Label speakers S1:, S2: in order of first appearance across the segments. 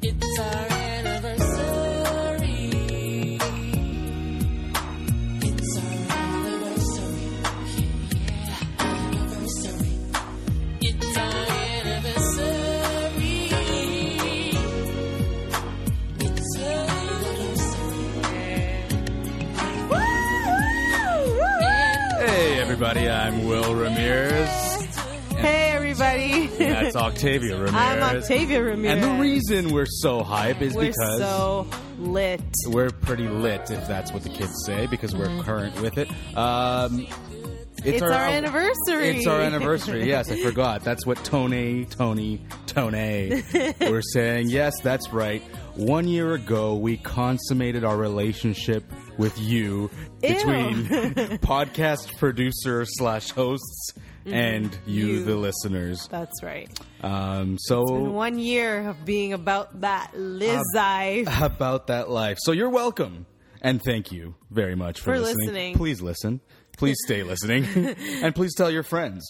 S1: It's our anniversary. It's our anniversary. Yeah, anniversary. It's our anniversary. It's our anniversary.
S2: Hey, everybody, I'm Will Ramirez.
S3: Hey, everybody.
S2: That's Octavia Ramirez.
S3: I'm Octavia
S2: And
S3: Ramirez.
S2: the reason we're so hype is
S3: We're
S2: because
S3: so lit.
S2: we're pretty lit, if that's what the kids say, because we're current with it. Um,
S3: It's our anniversary.
S2: It's our anniversary. Yes, I forgot. That's what Tony, Tony, Tony. We're saying yes. That's right. One year ago, we consummated our relationship with you
S3: Ew.
S2: between podcast producer slash hosts and you,
S3: Mm-hmm. You.
S2: the listeners.
S3: That's right.
S2: Um, so
S3: In one year of being about that Lizzie.
S2: Uh, about that life. So you're welcome. And thank you very much for,
S3: For listening.
S2: Please listen. Please stay listening. and please tell your friends.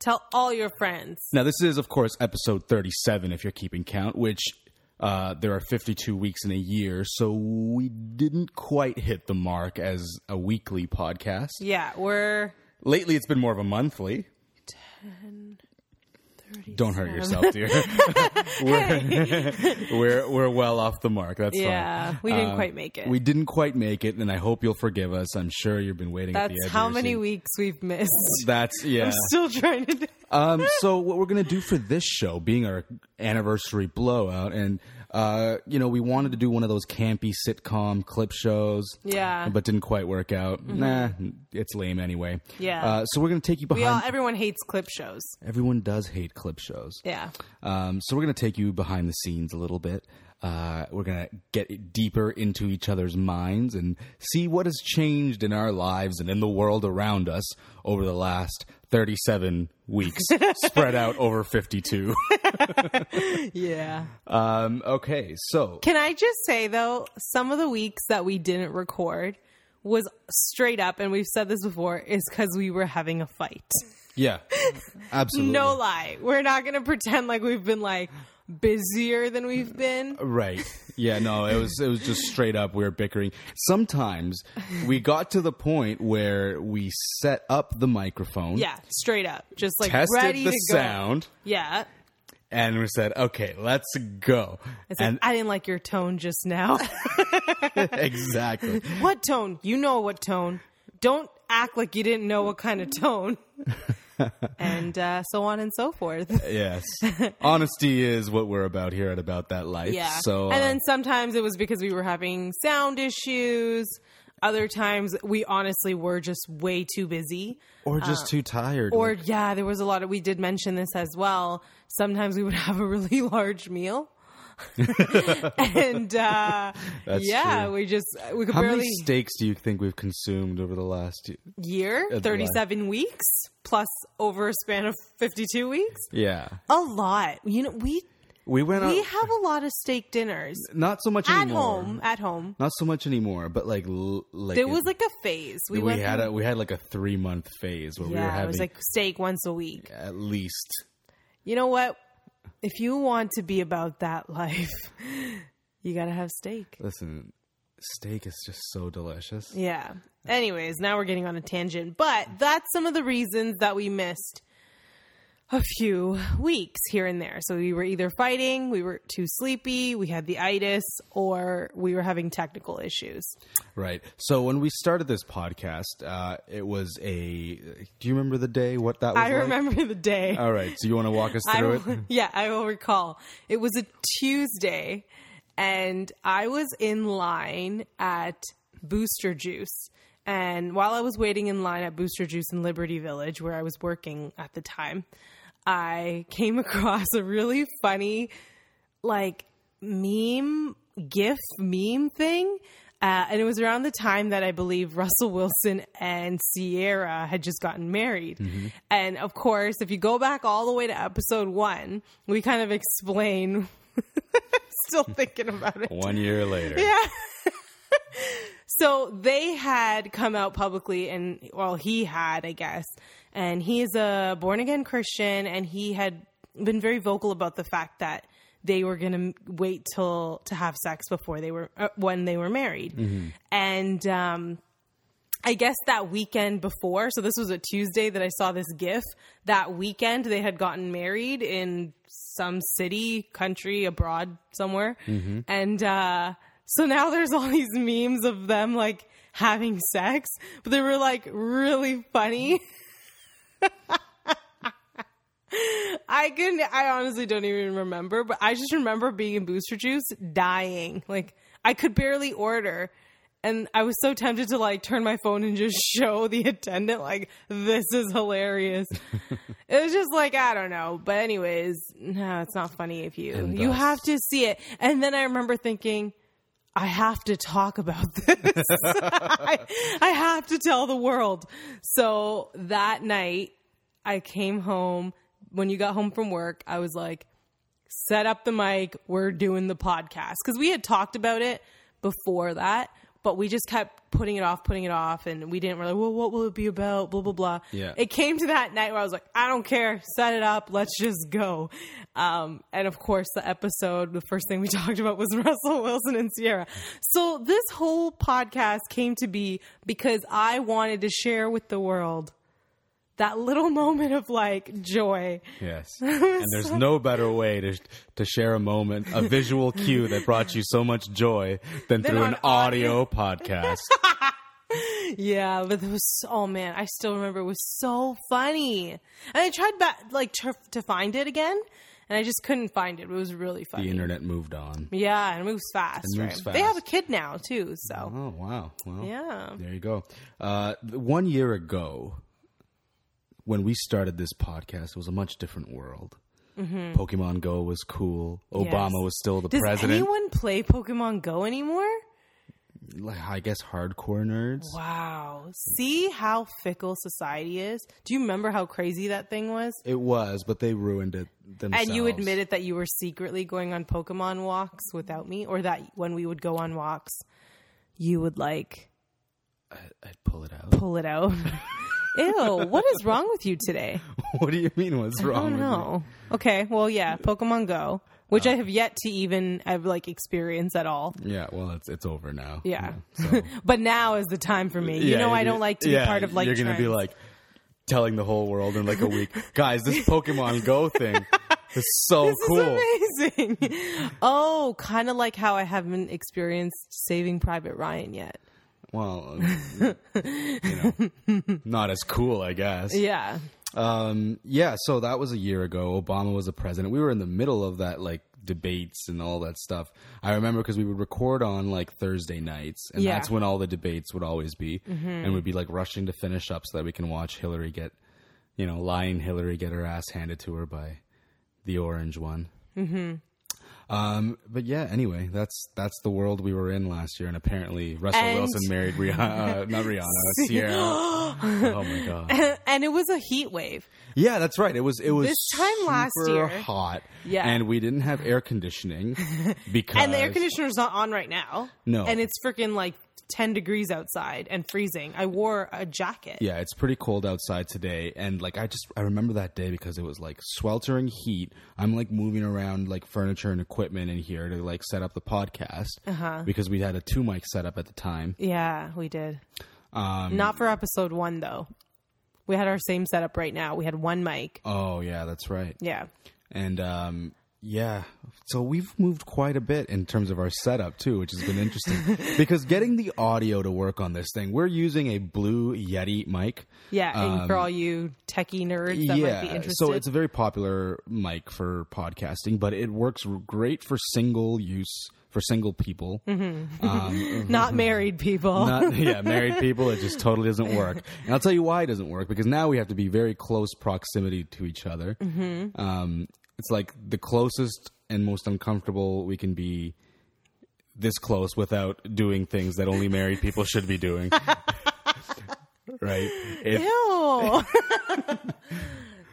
S3: Tell all your friends.
S2: Now, this is, of course, episode 37, if you're keeping count, which uh, there are 52 weeks in a year. So we didn't quite hit the mark as a weekly podcast.
S3: Yeah, we're
S2: Lately, it's been more of a monthly.
S3: 37.
S2: Don't hurt yourself, dear. we're, we're, we're well off the mark. That's fine. Um,
S3: Yeah, we didn't quite make it.
S2: We didn't quite make it, and I hope you'll forgive us. I'm sure you've been waiting. at the
S3: That's
S2: edge
S3: how
S2: of your
S3: many
S2: seat.
S3: weeks we've missed.
S2: That's yeah.
S3: I'm still trying to.
S2: um, so what we're gonna do for this show, being our anniversary blowout, and uh, you know, we wanted to do one of those campy sitcom clip shows.
S3: Yeah. Mm-hmm.
S2: but didn't quite work out. Nah, it's lame anyway.
S3: Yeah.
S2: Uh, so we're gonna take you
S3: We all, e-
S2: behind.
S3: everyone hates clip shows.
S2: Everyone does hate clip shows.
S3: Yeah.
S2: Um, so we're going to take you behind the scenes a little bit. Uh, we're going to get deeper into each other's minds and see what has changed in our lives and in the world around us over the last 37 weeks, spread out over 52.
S3: Yeah.
S2: Um, okay, so
S3: Can I just say though, some of the weeks that we didn't record was straight up, and we've said this before, is because we were having a fight.
S2: yeah, absolutely.
S3: No lie, we're not going to pretend like we've been like busier than we've been.
S2: Right. Yeah, no, it was it was just straight up we were bickering. Sometimes we got to the point where we set up the microphone,
S3: Yeah, straight up, just like
S2: tested
S3: ready
S2: the
S3: to go.
S2: sound,
S3: Yeah,
S2: and we said, "Okay, let's go."
S3: it's
S2: And
S3: like I didn't like your tone just now.
S2: exactly,
S3: what tone? You know what tone? Don't act like you didn't know what kind of tone. and uh, so on and so forth.
S2: yes. Honesty is what we're about here at about that life.
S3: Yeah.
S2: So, uh,
S3: and then sometimes it was because we were having sound issues. Other times we honestly were just way too busy.
S2: uh, or just too tired.
S3: uh, Or yeah, there was a lot of we did mention this as well. Sometimes we would have a really large meal. and uh
S2: That's
S3: yeah,
S2: true.
S3: we just we could
S2: how
S3: barely
S2: many steaks do you think we've consumed over the last? y-
S3: year,
S2: life.
S3: 37 weeks plus over a span of 52 weeks.
S2: Yeah,
S3: A lot. You know, we
S2: we went
S3: we
S2: out
S3: have a lot of steak dinners
S2: not so much
S3: at
S2: anymore.
S3: home, at home.
S2: Not so much anymore, but like l- like
S3: There
S2: it-
S3: was like a phase. We,
S2: we,
S3: went
S2: had
S3: through-
S2: a we had like a three month phase where we were
S3: yeah, it
S2: having
S3: was like steak once a week.
S2: at least
S3: You know what? If you want to be about that life, you gotta have steak.
S2: listen. Steak is just so delicious.
S3: Yeah. Anyways, now we're getting on a tangent, but that's some of the reasons that we missed a few weeks here and there. So we were either fighting, we were too sleepy, we had the itis, or we were having technical issues.
S2: Right. So when we started this podcast, uh, it was a. Do you remember the day? What that was?
S3: I
S2: like?
S3: remember the day.
S2: All right. So you want to walk us
S3: I
S2: through
S3: will-
S2: it?
S3: Yeah, I will recall. It was a Tuesday, and I was in line at Booster Juice. And while I was waiting in line at Booster Juice in Liberty Village, where I was working at the time, I came across a really funny, like, meme, GIF meme thing. Uh, and it was around the time that I believe Russell Wilson and Sierra had just gotten married. And of course, if you go back all the way to episode one, we kind of explain. Still thinking about it.
S2: One year later.
S3: So they had come out publicly, and well, he had, I guess, and he is a born again Christian, and he had been very vocal about the fact that they were going to wait till to have sex before they were uh, when they were married, and um, I guess that weekend before, so this was a Tuesday that I saw this GIF. That weekend, they had gotten married in some city, country, abroad, somewhere. And uh, so now there's all these memes of them like having sex, but they were like really funny. I can I honestly don't even remember, but I just remember being in Booster Juice dying. Like I could barely order. And I was so tempted to like turn my phone and just show the attendant like this is hilarious. it was just like I don't know, but anyways, no, it's not funny if you
S2: And
S3: you
S2: thus-
S3: have to see it. And then I remember thinking I have to talk about this. I, I have to tell the world. So that night, I came home. When you got home from work, I was like, set up the mic. We're doing the podcast. Because we had talked about it before that, but we just kept putting it off, putting it off. And we didn't really, well, what will it be about? Blah, blah, blah.
S2: Yeah.
S3: It came to that night where I was like, I don't care. Set it up. Let's just go. Um, and of course, the episode, the first thing we talked about was Russell Wilson and Sierra. So this whole podcast came to be because I wanted to share with the world that little moment of like joy.
S2: Yes. And there's no better way to to share a moment, a visual cue that brought you so much joy than through
S3: on
S2: an audio podcast.
S3: Yeah, but it was oh man, I still remember it was so funny. And I tried ba- like to, to find it again, and I just couldn't find it. It was really funny.
S2: The internet moved on.
S3: Yeah, and it moves fast.
S2: It moves
S3: right? They have a
S2: fast.
S3: kid now too, so
S2: Oh wow! Well,
S3: Yeah.
S2: There you go. Uh, th- one year ago, when we started this podcast, it was a much different world. Pokemon Go was cool. Obama was still the
S3: Mm-hmm. does
S2: president.
S3: anyone play Pokemon Go anymore?
S2: Like, I guess hardcore nerds.
S3: Wow. See how fickle society is? Do you remember how crazy that thing was?
S2: It was, but they ruined it themselves.
S3: And you admitted that you were secretly going on Pokemon walks without me, or that when we would go on walks, you would like
S2: I'd pull it out.
S3: pull it out. Ew, what is wrong with you today?
S2: what do you mean? What's
S3: Oh
S2: wrong? With me? Oh.
S3: no. Okay, well yeah, Pokemon Go, which I have yet to even have like experience at all.
S2: Yeah, well, it's it's over now.
S3: Yeah.
S2: So,
S3: But now is the time for me. You
S2: Yeah,
S3: know I
S2: you-
S3: don't like to be
S2: yeah,
S3: part of like
S2: You're gonna be
S3: trends.
S2: like telling the whole world in like a week, guys. This Pokemon Go thing is so
S3: this
S2: cool.
S3: is amazing. oh, kind of like how I haven't experienced Saving Private Ryan yet.
S2: Well, uh, you know, not as cool, I guess.
S3: Yeah.
S2: Um, yeah, so that was a year ago. Obama was the president. We were in the middle of that, like, debates and all that stuff. I remember because we would record on, like, Thursday nights, and
S3: Yeah. Mm-hmm.
S2: that's when all the debates would always be. And we'd be, like, rushing to finish up so that we can watch Hillary get, you know, lying Hillary get her ass handed to her by the orange one.
S3: Mm-hmm.
S2: Um, but yeah, anyway, that's that's the world we were in last year, and apparently Russell
S3: And-
S2: Wilson married Rihanna, uh, not Rihanna, Sierra. oh my god!
S3: and it was a heat wave.
S2: Yeah, that's right. It was it was
S3: This time last
S2: super
S3: year.
S2: hot.
S3: Yeah.
S2: and we didn't have air conditioning because
S3: And the air conditioner's not on right now.
S2: No.
S3: And it's freaking like 10 degrees outside and freezing. I wore a jacket.
S2: Yeah, it's pretty cold outside today, and like I just I remember that day because it was like sweltering heat. I'm like moving around like furniture and equipment in here to like set up the podcast uh-huh. because we had a two mic setup at the time.
S3: Yeah, we did.
S2: Um,
S3: Not for episode one, though. We had our same setup right now. We had one mic.
S2: Oh yeah, that's right.
S3: Yeah.
S2: And um yeah, so we've moved quite a bit in terms of our setup too, which has been interesting because getting the audio to work on this thing, we're using a blue Yeti mic.
S3: Yeah. and for all you techie nerds that might be interested.
S2: Um, so it's a very popular mic for podcasting, but it works r- great for single use for single people.
S3: not married people.
S2: mm-hmm. Not, yeah, married people, it just totally doesn't work. And I'll tell you why it doesn't work because now we have to be very close proximity to each other. Um, it's like the closest and most uncomfortable we can be this close without doing things that only married people should be doing. right? It-
S3: Ew.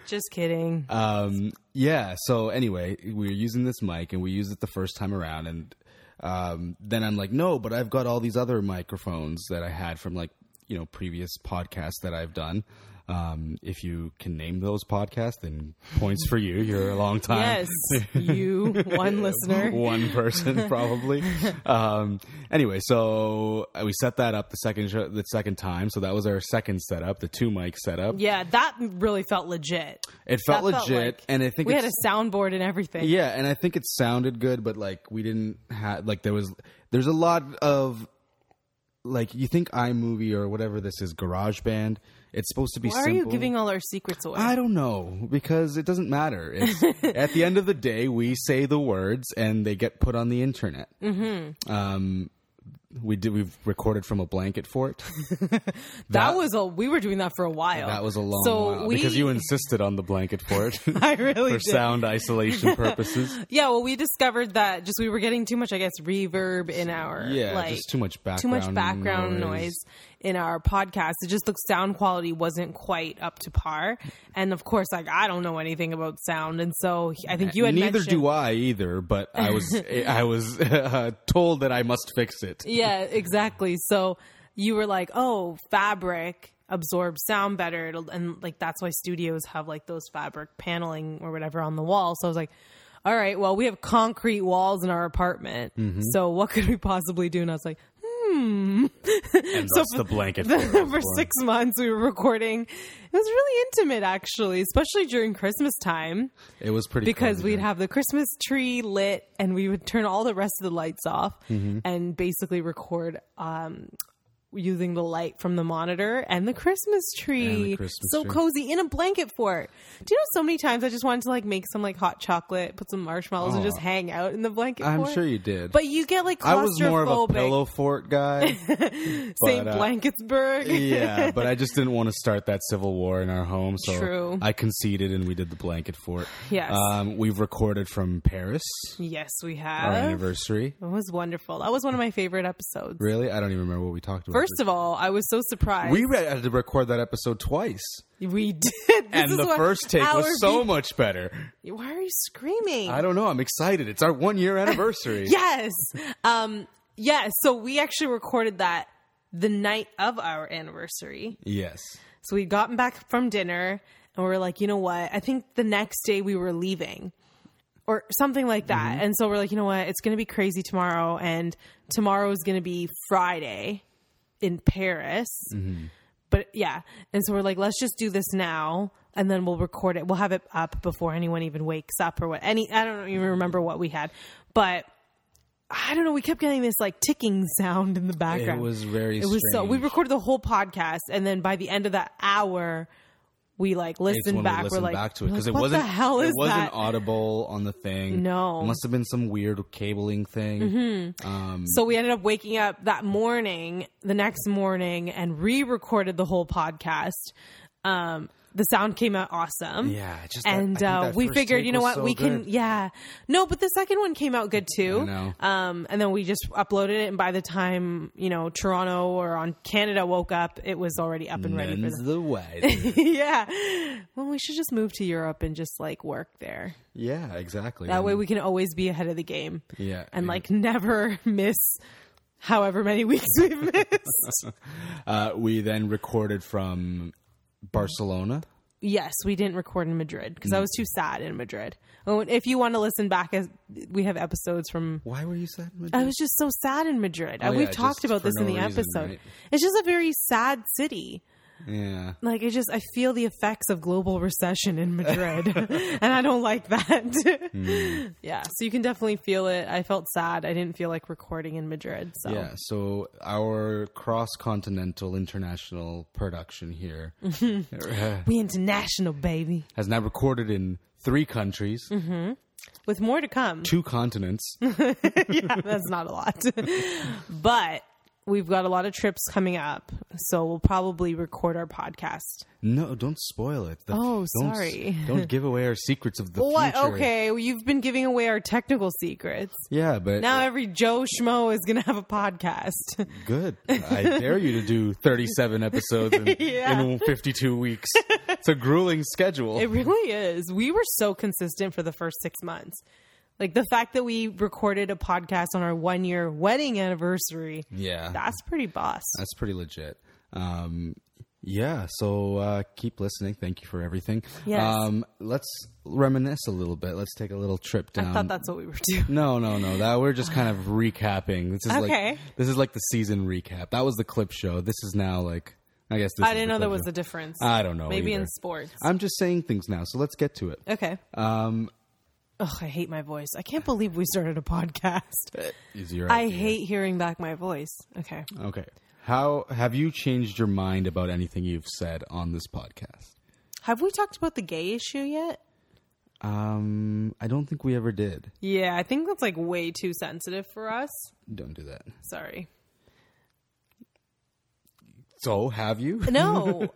S3: Just kidding.
S2: um, yeah. So anyway, we were using this mic and we used it the first time around, and um, then I'm like, no, but I've got all these other microphones that I had from like you know previous podcasts that I've done. Um, if you can name those podcasts, then points for you. You're a long time.
S3: Yes, you, one listener.
S2: One person probably. um, anyway, so uh, we set that up the second show, the second time. So that was our second setup, the two mic setup.
S3: Yeah, that really felt legit.
S2: It felt
S3: That felt
S2: legit,
S3: like-
S2: and I think
S3: We
S2: it's,
S3: had a soundboard and everything.
S2: yeah, and I think it sounded good, but like we didn't have like there was there's a lot of like you think iMovie or whatever this is Garage Band. It's supposed to be.
S3: Why are
S2: simple.
S3: you giving all our secrets away?
S2: I don't know because it doesn't matter. It's, at the end of the day, we say the words and they get put on the internet. Mm-hmm. Um, we did. We've recorded from a blanket fort.
S3: that, was a. We were doing that for a while.
S2: That was a long
S3: So
S2: while
S3: we,
S2: because you insisted on the blanket fort
S3: I really
S2: for
S3: did.
S2: sound isolation purposes.
S3: Yeah, well, we discovered that just we were getting too much, I guess, reverb in our
S2: Yeah,
S3: like
S2: just too much background.
S3: too much background noise.
S2: noise.
S3: in our podcast. It just the sound quality wasn't quite up to par, and of course, like I don't know anything about sound, and so I think you had
S2: Uh, Neither
S3: mentioned,
S2: do I either, but I was I was uh, told that I must fix it.
S3: Yeah, exactly. So you were like, oh, fabric absorbs sound better. It'll, and like, that's why studios have like those fabric paneling or whatever on the wall. So I was like, all right, well, we have concrete walls in our apartment. So what could we possibly do? And I was like,
S2: And
S3: So
S2: thus the blanket fort.
S3: for six months we were recording. It was really intimate, actually, especially during Christmas time
S2: It was pretty
S3: because
S2: cool,
S3: we'd
S2: yeah.
S3: have the Christmas tree lit and we would turn all the rest of the lights off
S2: Mm-hmm.
S3: and basically record um, using the light from the monitor and the Christmas tree.
S2: Christmas
S3: so
S2: tree.
S3: cozy in a blanket fort. Do you know so many times I just wanted to like make some like hot chocolate, put some marshmallows, and
S2: Aw.
S3: just hang out in the blanket
S2: Oh. I'm
S3: fort?
S2: sure you did.
S3: But you get like claustrophobic.
S2: I was more of a pillow fort guy.
S3: St.
S2: but, uh,
S3: Blanketsburg.
S2: yeah, but I just didn't want to start that civil war in our home, so
S3: True.
S2: I conceded and we did the blanket fort.
S3: Yes.
S2: Um, we've recorded from Paris,
S3: yes, we
S2: our
S3: have.
S2: anniversary.
S3: It was wonderful. That was one of my favorite episodes.
S2: Really? I don't even remember what we talked about.
S3: First of all, I was so surprised.
S2: we re- had to record that episode twice.
S3: We did. This is
S2: and the
S3: what
S2: first take
S3: our
S2: was so
S3: be-
S2: much better.
S3: Why are you screaming?
S2: I don't know. I'm excited. It's our one year anniversary.
S3: yes. Um. Yes. So we actually recorded that the night of our anniversary.
S2: Yes.
S3: So we'd gotten back from dinner and we were like, you know what? I think the next day we were leaving or something like that. And so we're like, you know what? It's going to be crazy tomorrow. And tomorrow is going to be Friday in Paris. But yeah. And so we're like, let's just do this now. And then we'll record it. We'll have it up before anyone even wakes up or what. Any, I don't even remember what we had, but I don't know. We kept getting this like ticking sound in the
S2: It
S3: background.
S2: was very
S3: It was so we
S2: strange.
S3: recorded the whole podcast, and then by the end of that hour, we like
S2: It's
S3: listened
S2: when
S3: back.
S2: we listened
S3: are like,
S2: back to it
S3: we're like,
S2: because it
S3: what
S2: wasn't
S3: the hell is
S2: it wasn't
S3: that?
S2: audible on the thing.
S3: No. Mm-hmm.
S2: it must have been some weird cabling thing. Um,
S3: so we ended up waking up that morning, the next morning, and re-recorded the whole podcast. Um, the sound came out awesome.
S2: yeah, it's just that- I
S3: And
S2: think
S3: uh,
S2: that
S3: we
S2: first
S3: figured,
S2: take
S3: you know
S2: was
S3: what,
S2: so
S3: we can,
S2: good.
S3: yeah, no, but the second one came out good too.
S2: I know.
S3: Um, and then we just uploaded it, and by the time you know Toronto or on Canada woke up, it was already up and ready for
S2: Men's
S3: them.
S2: the way.
S3: yeah. Well, we should just move to Europe and just like work there.
S2: yeah, exactly.
S3: That
S2: And-
S3: way we can always be ahead of the game
S2: Mm. yeah,
S3: and like never miss however many weeks we've missed.
S2: uh, we then recorded from Barcelona.
S3: yes, we didn't record in Madrid because I was too sad in Madrid. Oh, and if you want to listen back, as we have episodes from.
S2: Why were you sad?
S3: I was just so sad in Madrid.
S2: Oh,
S3: We've
S2: yeah,
S3: talked
S2: just
S3: about
S2: for
S3: this in
S2: no
S3: the
S2: reason,
S3: episode.
S2: right?
S3: It's just a very sad city.
S2: yeah.
S3: Like I just I feel the effects of global recession in Madrid and I don't like that.
S2: Hmm.
S3: Yeah, so you can definitely feel it. I felt sad. I didn't feel like recording in Madrid. So
S2: Yeah, so our cross continental international production here
S3: we international baby
S2: has now recorded in three countries,
S3: Mm-hmm. with more to come.
S2: two continents.
S3: Mm-hmm. yeah, that's not a lot. but we've got a lot of trips coming up. So we'll probably record our podcast.
S2: No, don't spoil it. The-
S3: Oh,
S2: don't,
S3: sorry.
S2: Don't give away our secrets of the
S3: What?
S2: future.
S3: Okay, well, you've been giving away our technical secrets.
S2: Yeah, but
S3: Now every Joe Schmo is going to have a podcast.
S2: good. I dare you to do 37 episodes in,
S3: Yeah.
S2: in 52 weeks. It's a grueling schedule.
S3: It really is. We were so consistent for the first six months. Like the fact that we recorded a podcast on our one year wedding anniversary,
S2: yeah,
S3: that's pretty boss.
S2: that's pretty legit. Um, Yeah, so uh, keep listening. Thank you for everything.
S3: Yes.
S2: Um, let's reminisce a little bit. Let's take a little trip down.
S3: I thought that's what we were doing.
S2: No, no, no. That we're just kind of recapping. This is like
S3: Okay.
S2: this is like the season recap. That was the clip show. This is now like I guess. This
S3: I
S2: is
S3: didn't
S2: the
S3: know there
S2: clip
S3: was
S2: show.
S3: a difference.
S2: I don't know.
S3: Maybe
S2: either.
S3: in sports.
S2: I'm just saying things now, so let's get to it.
S3: okay. Um. Ugh, I hate my voice. I can't believe we started a podcast.
S2: Is your
S3: I
S2: idea.
S3: hate hearing back my voice. Okay.
S2: Okay. How have you changed your mind about anything you've said on this podcast?
S3: Have we talked about the gay issue yet?
S2: Um, I don't think we ever did.
S3: Yeah, I think that's like way too sensitive for us.
S2: Don't do that.
S3: Sorry.
S2: So, have you?
S3: No.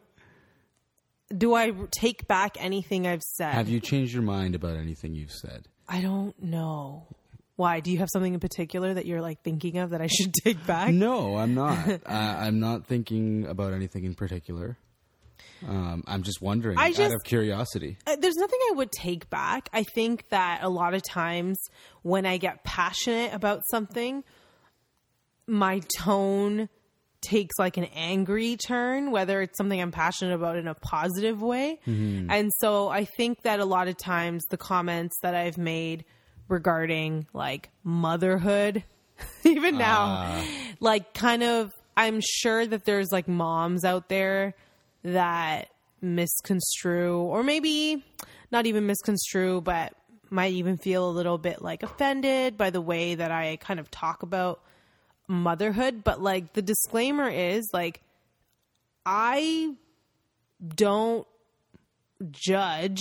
S3: Do I take back anything I've said?
S2: Have you changed your mind about anything you've said?
S3: I don't know. Why? Do you have something in particular that you're like thinking of that I should take back?
S2: No, I'm not. I, I'm not thinking about anything in particular. Um, I'm just wondering
S3: I
S2: out
S3: just-
S2: of curiosity.
S3: Uh, There's nothing I would take back. I think that a lot of times when I get passionate about something, my tone takes like an angry turn, whether it's something I'm passionate about in a positive way. And so I think that a lot of times the comments that I've made regarding like motherhood, even now, like kind of, I'm sure that there's like moms out there that misconstrue or maybe not even misconstrue, but might even feel a little bit like offended by the way that I kind of talk about motherhood, but like the disclaimer is like I don't judge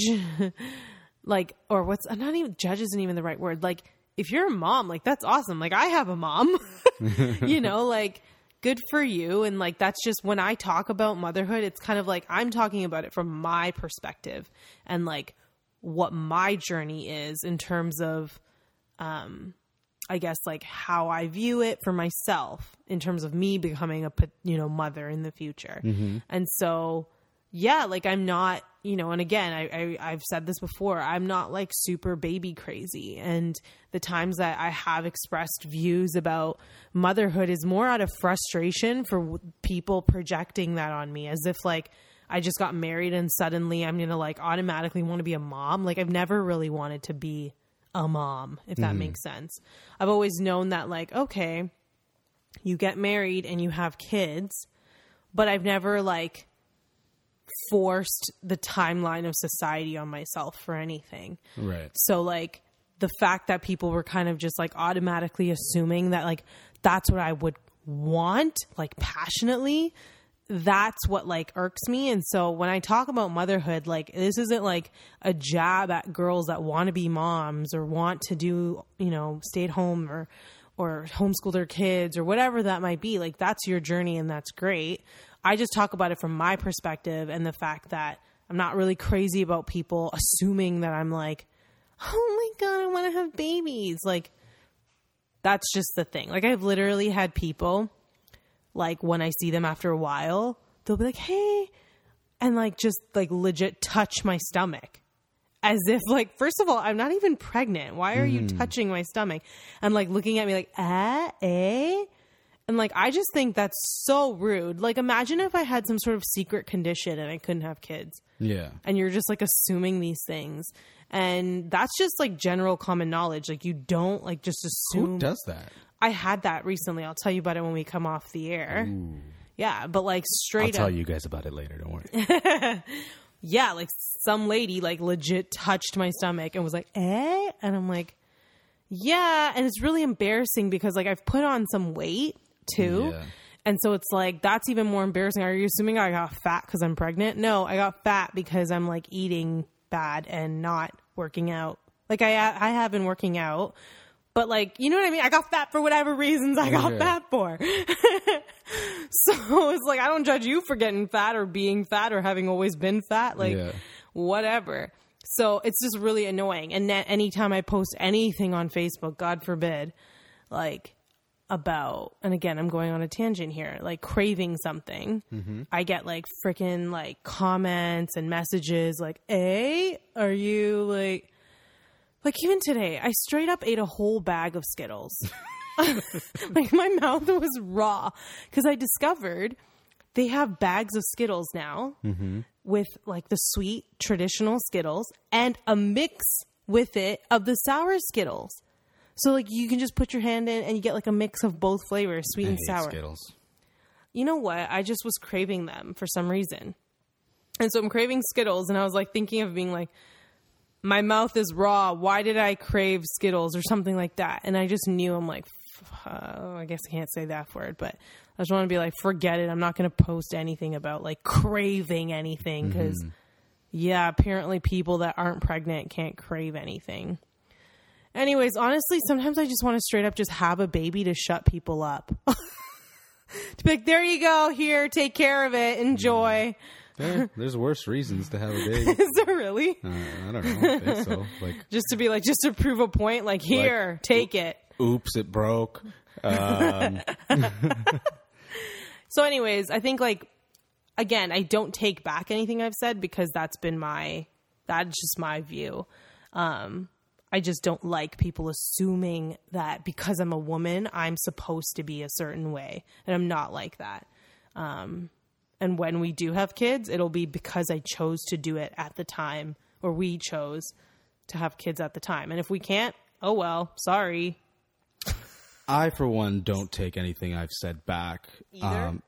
S3: like or what's I'm not even judge isn't even the right word. Like if you're a mom, like that's awesome. Like I have a mom. you know, like good for you and like that's just when I talk about motherhood, it's kind of like I'm talking about it from my perspective and like what my journey is in terms of um, I guess like how I view it for myself in terms of me becoming a pot- you know mother in the future. And so yeah, like I'm not, you know, and again, I, I I've said this before, I'm not like super baby crazy and the times that I have expressed views about motherhood is more out of frustration for w- people projecting that on me as if like I just got married and suddenly I'm going to like automatically want to be a mom. Like I've never really wanted to be a mom, if that makes sense. I've always known that, like, okay, you get married and you have kids, but I've never like forced the timeline of society on myself for anything.
S2: Right.
S3: So like the fact that people were kind of just like automatically assuming that like that's what I would want, like passionately, that's what like irks me. And so when I talk about motherhood, like this isn't like a jab at girls that want to be moms or want to do, you know, stay at home or or homeschool their kids or whatever that might be. Like that's your journey and that's great. I just talk about it from my perspective and the fact that I'm not really crazy about people assuming that I'm like oh my god, I want to have babies. Like, that's just the thing. Like, I've literally had people, like, when I see them after a while, they'll be like, hey, and like, just like legit touch my stomach. As if, like, first of all, I'm not even pregnant. Why are you touching my stomach? And like looking at me like, ah, eh? And like, I just think that's so rude. Like, imagine if I had some sort of secret condition and I couldn't have kids
S2: Yeah.
S3: and you're just like assuming these things and that's just like general common knowledge like you don't like just assume
S2: Who does that?
S3: i had that recently i'll tell you about it when we come off the air yeah but like straight
S2: I'll
S3: up
S2: tell you guys about it later. Don't worry.
S3: yeah like some lady like legit touched my stomach and was like eh and i'm like yeah and it's really embarrassing because like i've put on some weight too
S2: Yeah.
S3: and so it's like that's even more embarrassing are you assuming i got fat because i'm pregnant no i got fat because i'm like eating bad and not working out like i i have been working out but like you know what i mean i got fat for whatever reasons i got
S2: Oh, Yeah.
S3: fat for so it's like i don't judge you for getting fat or being fat or having always been fat like
S2: Yeah.
S3: whatever so it's just really annoying and then anytime i post anything on facebook god forbid like about and again i'm going on a tangent here like craving something i get like freaking like comments and messages like hey are you like like even today i straight up ate a whole bag of skittles like my mouth was raw because i discovered they have bags of Skittles now
S2: Mm-hmm.
S3: with like the sweet traditional Skittles and a mix with it of the sour Skittles. So like you can just put your hand in and you get like a mix of both flavors, sweet
S2: I
S3: and
S2: hate
S3: sour.
S2: Skittles.
S3: You know what? I just was craving them for some reason. And so I'm craving Skittles and I was like thinking of being like my mouth is raw. Why did I crave Skittles or something like that? And I just knew I'm like, f- uh, I guess I can't say that word, but I just want to be like, forget it. I'm not going to post anything about like craving anything because, yeah, apparently people that aren't pregnant can't crave anything. Anyways, honestly, sometimes I just want to straight up just have a baby to shut people up. to be like, there you go, here, take care of it, enjoy.
S2: Yeah, there's worse reasons to have a baby.
S3: Is there really?
S2: Uh, I don't know. I think so. Like,
S3: just to be like just to prove a point like here take it
S2: oops, it broke.
S3: so anyways i think like again i don't take back anything i've said because that's been my that's just my view um i just don't like people assuming that because i'm a woman i'm supposed to be a certain way and i'm not like that um and when we do have kids it'll be because i chose to do it at the time or we chose to have kids at the time and if we can't oh well sorry
S2: I, for one, don't take anything I've said back either. Um,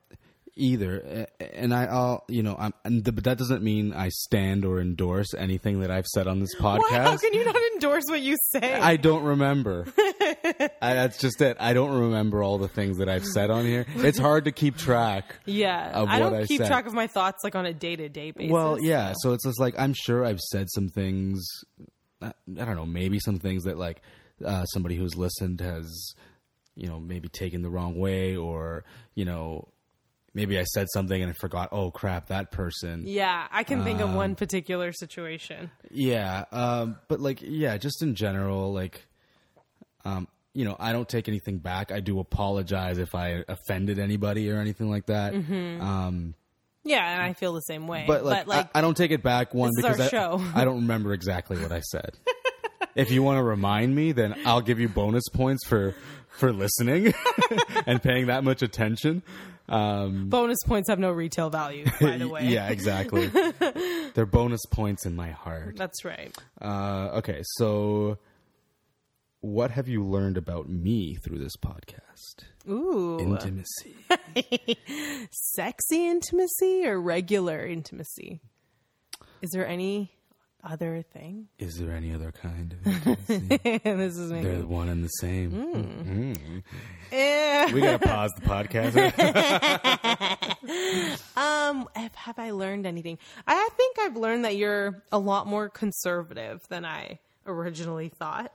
S2: either, A- and I, I'll, you know, I'm, and th- but that doesn't mean I stand or endorse anything that I've said on this podcast.
S3: Why? How can you not endorse what you say?
S2: I don't remember. I, that's just it. I don't remember all the things that I've said on here. It's hard to keep track.
S3: yeah,
S2: of
S3: I
S2: what
S3: don't
S2: I
S3: keep
S2: said.
S3: track of my thoughts like on a day to day basis.
S2: Well, yeah. So it's just like I'm sure I've said some things. I, I don't know. Maybe some things that like uh, somebody who's listened has, you know, maybe taken the wrong way, or you know, maybe I said something and I forgot. Oh crap, that person.
S3: yeah, I can think
S2: Um,
S3: of one particular situation.
S2: Yeah, um, but like, yeah, just in general, like, um, you know, I don't take anything back. I do apologize if I offended anybody or anything like that.
S3: Mm-hmm.
S2: Um,
S3: Yeah, and I feel the same way.
S2: but like, I, I don't take it back. One
S3: this is
S2: because
S3: our
S2: I,
S3: show.
S2: I don't remember exactly what I said. if you want to remind me, then I'll give you bonus points for for listening and paying that much attention. Um,
S3: bonus points have no retail value. By the way,
S2: yeah, exactly. They're bonus points in my heart.
S3: that's right.
S2: Uh, okay, so what have you learned about me through this podcast?
S3: Ooh,
S2: Intimacy.
S3: sexy intimacy or regular intimacy? Is there any other thing?
S2: Is there any other kind of intimacy?
S3: this is
S2: They're
S3: making.
S2: the one and the same.
S3: Mm. Eh.
S2: We gotta pause the podcast.
S3: Um, have, have I learned anything? I, I think I've learned that you're a lot more conservative than I originally thought.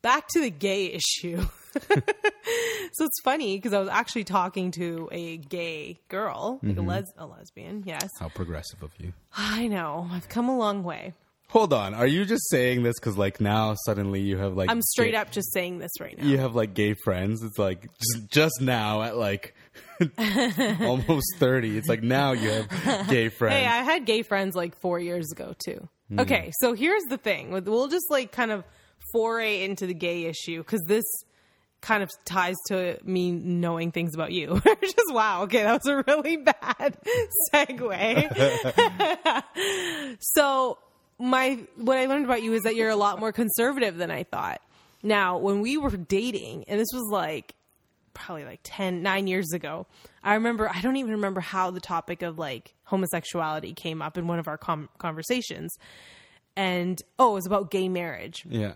S3: Back to the gay issue. so it's funny because I was actually talking to a gay girl, like a, les- a lesbian. Yes,
S2: How progressive of you.
S3: I know. I've come a long way.
S2: Hold on, are you just saying this because like now suddenly you have like
S3: I'm straight
S2: gay-
S3: up just saying this right now.
S2: You have like gay friends. It's like just, just now at like almost thirty. It's like now you have gay friends.
S3: Hey, I had gay friends like four years ago too. Okay, so here's the thing. With- We'll just like kind of foray into the gay issue because this kind of ties to me knowing things about you. just wow. Okay, that was a really bad segue. so my what I learned about you is that you're a lot more conservative than I thought. Now, when we were dating, and this was like probably like 10 9 years ago i remember i don't even remember how the topic of like homosexuality came up in one of our com- conversations and oh it was about gay marriage
S2: yeah.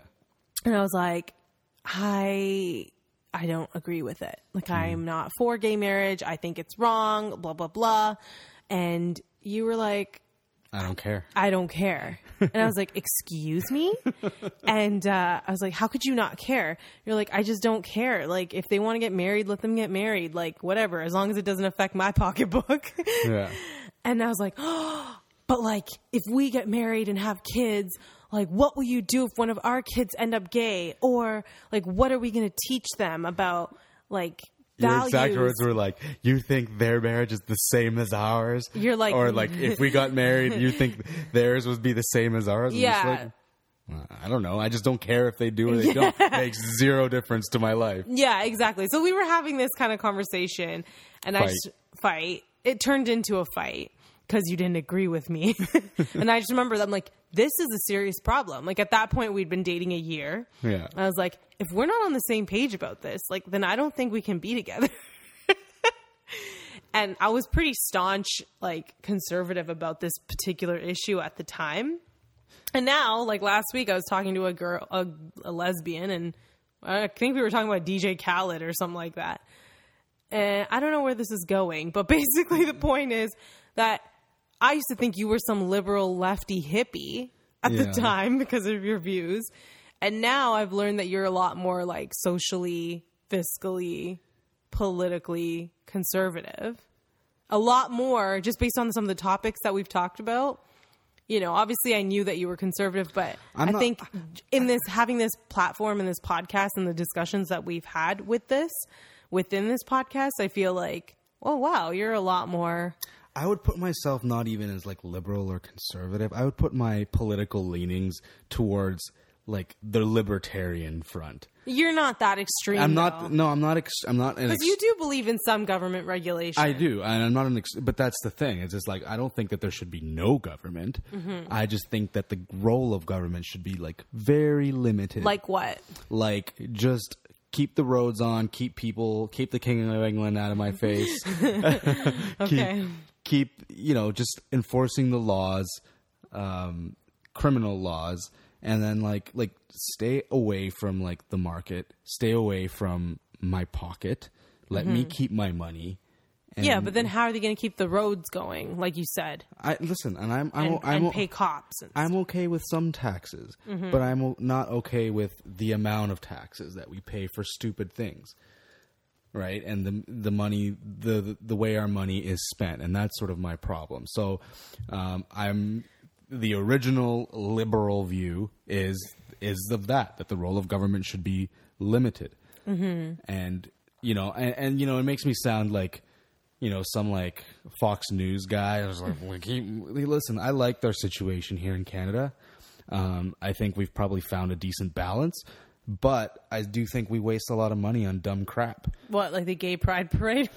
S3: and I was like, I I don't agree with it. Like I'm not for gay marriage. I think it's wrong, blah blah blah. And you were like,
S2: I don't care.
S3: I don't care. And I was like, excuse me? And uh, I was like, how could you not care? You're like, I just don't care. Like, if they want to get married, let them get married. Like, whatever, as long as it doesn't affect my pocketbook.
S2: Yeah.
S3: And I was like, "Oh, but like, if we get married and have kids, like, what will you do if one of our kids end up gay? Or like, what are we going to teach them about like
S2: Your
S3: values?
S2: exact words were like, "You think their marriage is the same as ours?"
S3: You're like-
S2: or like, if we got married, you think theirs would be the same as ours? I'm just
S3: Yeah.
S2: like, "Uh, I don't know. I just don't care if they do or they don't. makes zero difference to my life.
S3: yeah, exactly. So we were having this kind of conversation, and I
S2: Fight.
S3: s- fight. it turned into a fight because you didn't agree with me. and I just remember that I'm like, this is a serious problem. Like at that point, we'd been dating a year.
S2: Yeah.
S3: I was like, if we're not on the same page about this, like, then I don't think we can be together. and I was pretty staunch, like, conservative about this particular issue at the time. And now, like last week, I was talking to a girl, a, a lesbian, and I think we were talking about DJ Khaled or something like that. And I don't know where this is going, but basically, the point is that I used to think you were some liberal lefty hippie at
S2: Yeah.
S3: the time because of your views. And now I've learned that you're a lot more like socially, fiscally, politically conservative. A lot more just based on some of the topics that we've talked about. You know, obviously I knew that you were conservative, but
S2: I'm
S3: I
S2: not-
S3: think in this having this platform and this podcast and the discussions that we've had with this within this podcast, I feel like, oh wow, you're a lot more
S2: I would put myself not even as like liberal or conservative. I would put my political leanings towards like the libertarian front.
S3: you're not that extreme.
S2: I'm
S3: though.
S2: not. No, I'm not. Ex- I'm not. An
S3: Because
S2: ex-
S3: you do believe in some government regulation.
S2: I do, and I'm not an. Ex- but that's the thing. It's just like I don't think that there should be no government.
S3: Mm-hmm.
S2: I just think that the role of government should be like very limited.
S3: Like what?
S2: like just keep the roads on, keep people, keep the King of England out of my face.
S3: Okay.
S2: keep, keep you know just enforcing the laws, um, criminal laws, and then like like stay away from like the market, stay away from my pocket. Let me keep my money. And
S3: Mm-hmm. Yeah, but then how are they going to keep the roads going, like you said,
S2: I listen, and I'm I'm
S3: and,
S2: I'm,
S3: and pay cops? And,
S2: I'm okay with some taxes, but I'm o- not okay with the amount of taxes that we pay for stupid things. Right? And the the money the the way our money is spent, and that's sort of my problem. So, um, I'm the original liberal view is is of that that the role of government should be limited. Mm-hmm. And you know, and, and you know, it makes me sound like you know, some like Fox News guy. I was like, we keep, listen, I like their situation here in Canada. Um, I think we've probably found a decent balance, but I do think we waste a lot of money on dumb crap.
S3: what, like the gay pride parade?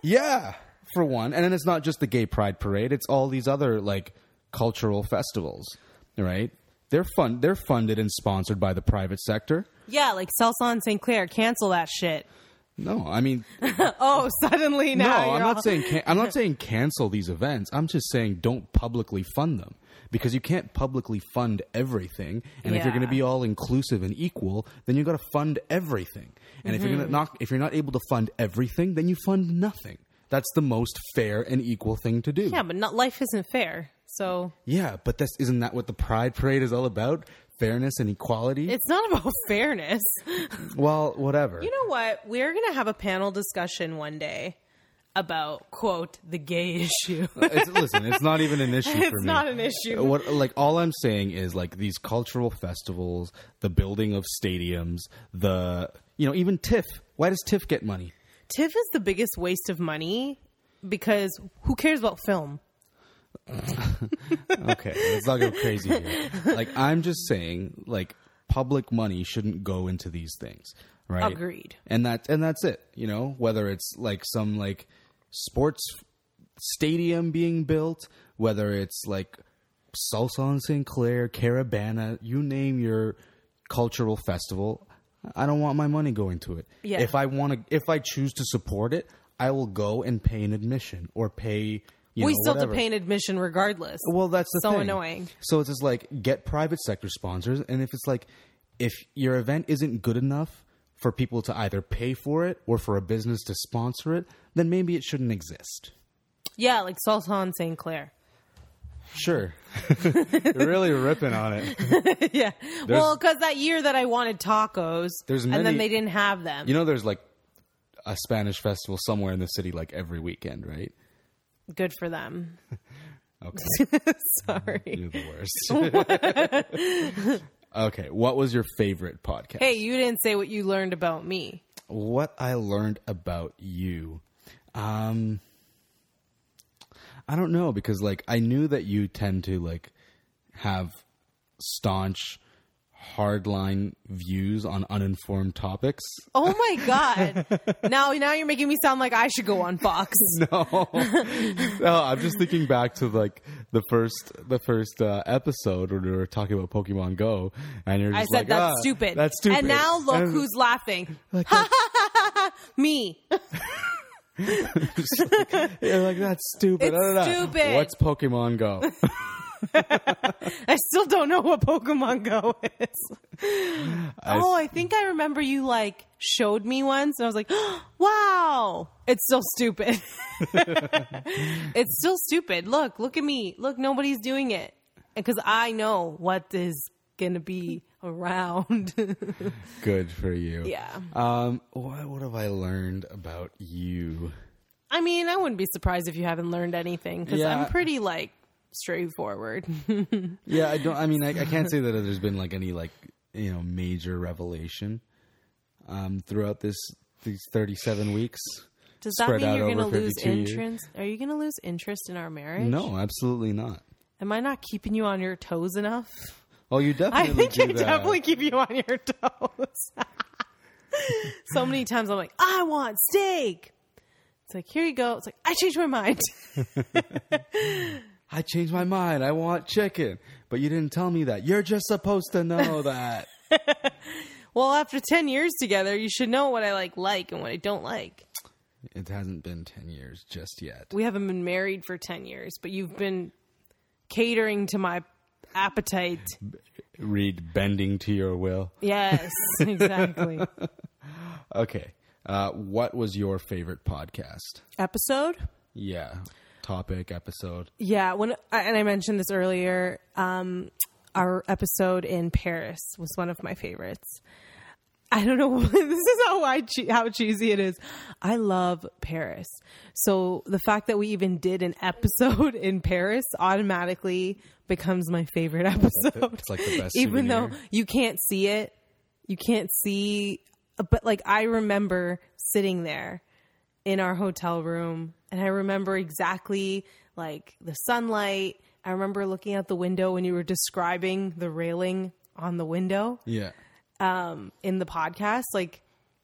S2: Yeah, for one. And then it's not just the gay pride parade, it's all these other like cultural festivals, right? They're fun they're funded and sponsored by the private sector.
S3: yeah, like Celson St. Clair, cancel that shit.
S2: No, I mean
S3: Oh, suddenly
S2: No,
S3: now you're
S2: I'm not
S3: all-
S2: saying can- I'm not saying cancel these events. I'm just saying don't publicly fund them because you can't publicly fund everything. And if you're going to
S3: Yeah.
S2: be all inclusive and equal, then you got to fund everything. And if you're
S3: Mm-hmm.
S2: going to not if you're not able to fund everything, then you fund nothing. That's the most fair and equal thing to do.
S3: Yeah, but not life isn't fair. So
S2: Yeah, but this isn't that what the Pride Parade is all about? Fairness and equality.
S3: it's not about fairness.
S2: well, whatever.
S3: You know what? We're going to have a panel discussion one day about, quote, the gay issue.
S2: it's, listen, it's not even an issue for
S3: it's
S2: me. Uh,
S3: not an issue.
S2: what like all I'm saying is like these cultural festivals, the building of stadiums, the you know even TIFF. Why does TIFF get money?
S3: TIFF is the biggest waste of money because who cares about film?
S2: Okay, let's not go crazy here. Like I'm just saying, like public money shouldn't go into these things, right?
S3: Agreed.
S2: And that and that's it. You know, whether it's like some like sports stadium being built, whether it's like Salsa and St. Clair, Carabana, you name your cultural festival. I don't want my money going to it.
S3: Yeah.
S2: If I want to, if I choose to support it, I will go and pay an admission or pay. You
S3: we
S2: know,
S3: still
S2: whatever.
S3: have to pay an admission regardless.
S2: Well, that's the
S3: so
S2: thing.
S3: annoying.
S2: So it's just like get private sector sponsors, and if it's like if your event isn't good enough for people to either pay for it or for a business to sponsor it, then maybe it shouldn't exist.
S3: Yeah, like Salton St. Clair.
S2: Sure, You're really ripping on it.
S3: yeah. well, because that year that I wanted tacos,
S2: There's
S3: and then
S2: many-
S3: they didn't have them.
S2: You know, there's like a Spanish festival somewhere in the city, like every weekend, right?
S3: Good for them.
S2: Okay,
S3: Sorry.
S2: you're the worst. okay, what was your favorite podcast?
S3: Hey, you didn't say what you learned about me.
S2: what I learned about you. Um, I don't know because like I knew that you tend to like have staunch hardline views on uninformed topics.
S3: Oh my god! now, now you're making me sound like I should go on Fox.
S2: no, no. I'm just thinking back to like the first the first uh, episode where we were talking about Pokemon Go, and you're
S3: I
S2: just
S3: said
S2: like,
S3: that's
S2: "Ah,
S3: stupid.
S2: That's stupid.
S3: And now look
S2: And
S3: who's laughing.
S2: like,
S3: Me.
S2: you're like that's stupid.
S3: It's
S2: I don't know.
S3: stupid.
S2: What's Pokemon Go?
S3: I still don't know what Pokemon Go is. oh, I think I remember you like showed me once, and I was like, "Wow, it's still stupid. it's still stupid. Look, look at me. Look, nobody's doing it because I know what is gonna be around."
S2: Good for you.
S3: yeah,
S2: Um, what, what have I learned about you?
S3: I mean, I wouldn't be surprised if you haven't learned anything because
S2: Yeah.
S3: I'm pretty like straightforward.
S2: Yeah, I don't. I mean, I, I can't say that there's been like any like you know major revelation um, throughout this these 37 weeks.
S3: Does that
S2: spread
S3: mean
S2: out
S3: you're gonna
S2: over
S3: lose
S2: 52 years.
S3: interest? Are you gonna lose interest in our marriage?
S2: No, absolutely not.
S3: Am I not keeping you on your toes enough?
S2: Oh, you
S3: I
S2: definitely
S3: think
S2: do
S3: I
S2: that.
S3: definitely keep you on your toes. so many times I'm like, I want steak. It's like, here you go. It's like, I changed my mind.
S2: I changed my mind. I want chicken, but you didn't tell me that. You're just supposed to know that.
S3: well, after 10 years together, you should know what I like, like, and what I don't like.
S2: it hasn't been 10 years just yet.
S3: We haven't been married for 10 years, but you've been catering to my appetite.
S2: Read bending to your will.
S3: Yes, exactly.
S2: Okay. Uh, what was your favorite podcast?
S3: Episode?
S2: Yeah. Topic, episode.
S3: Yeah, when and I mentioned this earlier, um, our episode in Paris was one of my favorites. I don't know. this is how I che- how cheesy it is. I love Paris. So the fact that we even did an episode in Paris automatically becomes my favorite episode.
S2: It's like the best
S3: even though
S2: souvenir.
S3: you can't see it, you can't see. But like I remember sitting there in our hotel room and I remember exactly like the sunlight. I remember looking out the window when you were describing the railing on the window
S2: Yeah.
S3: in the podcast, like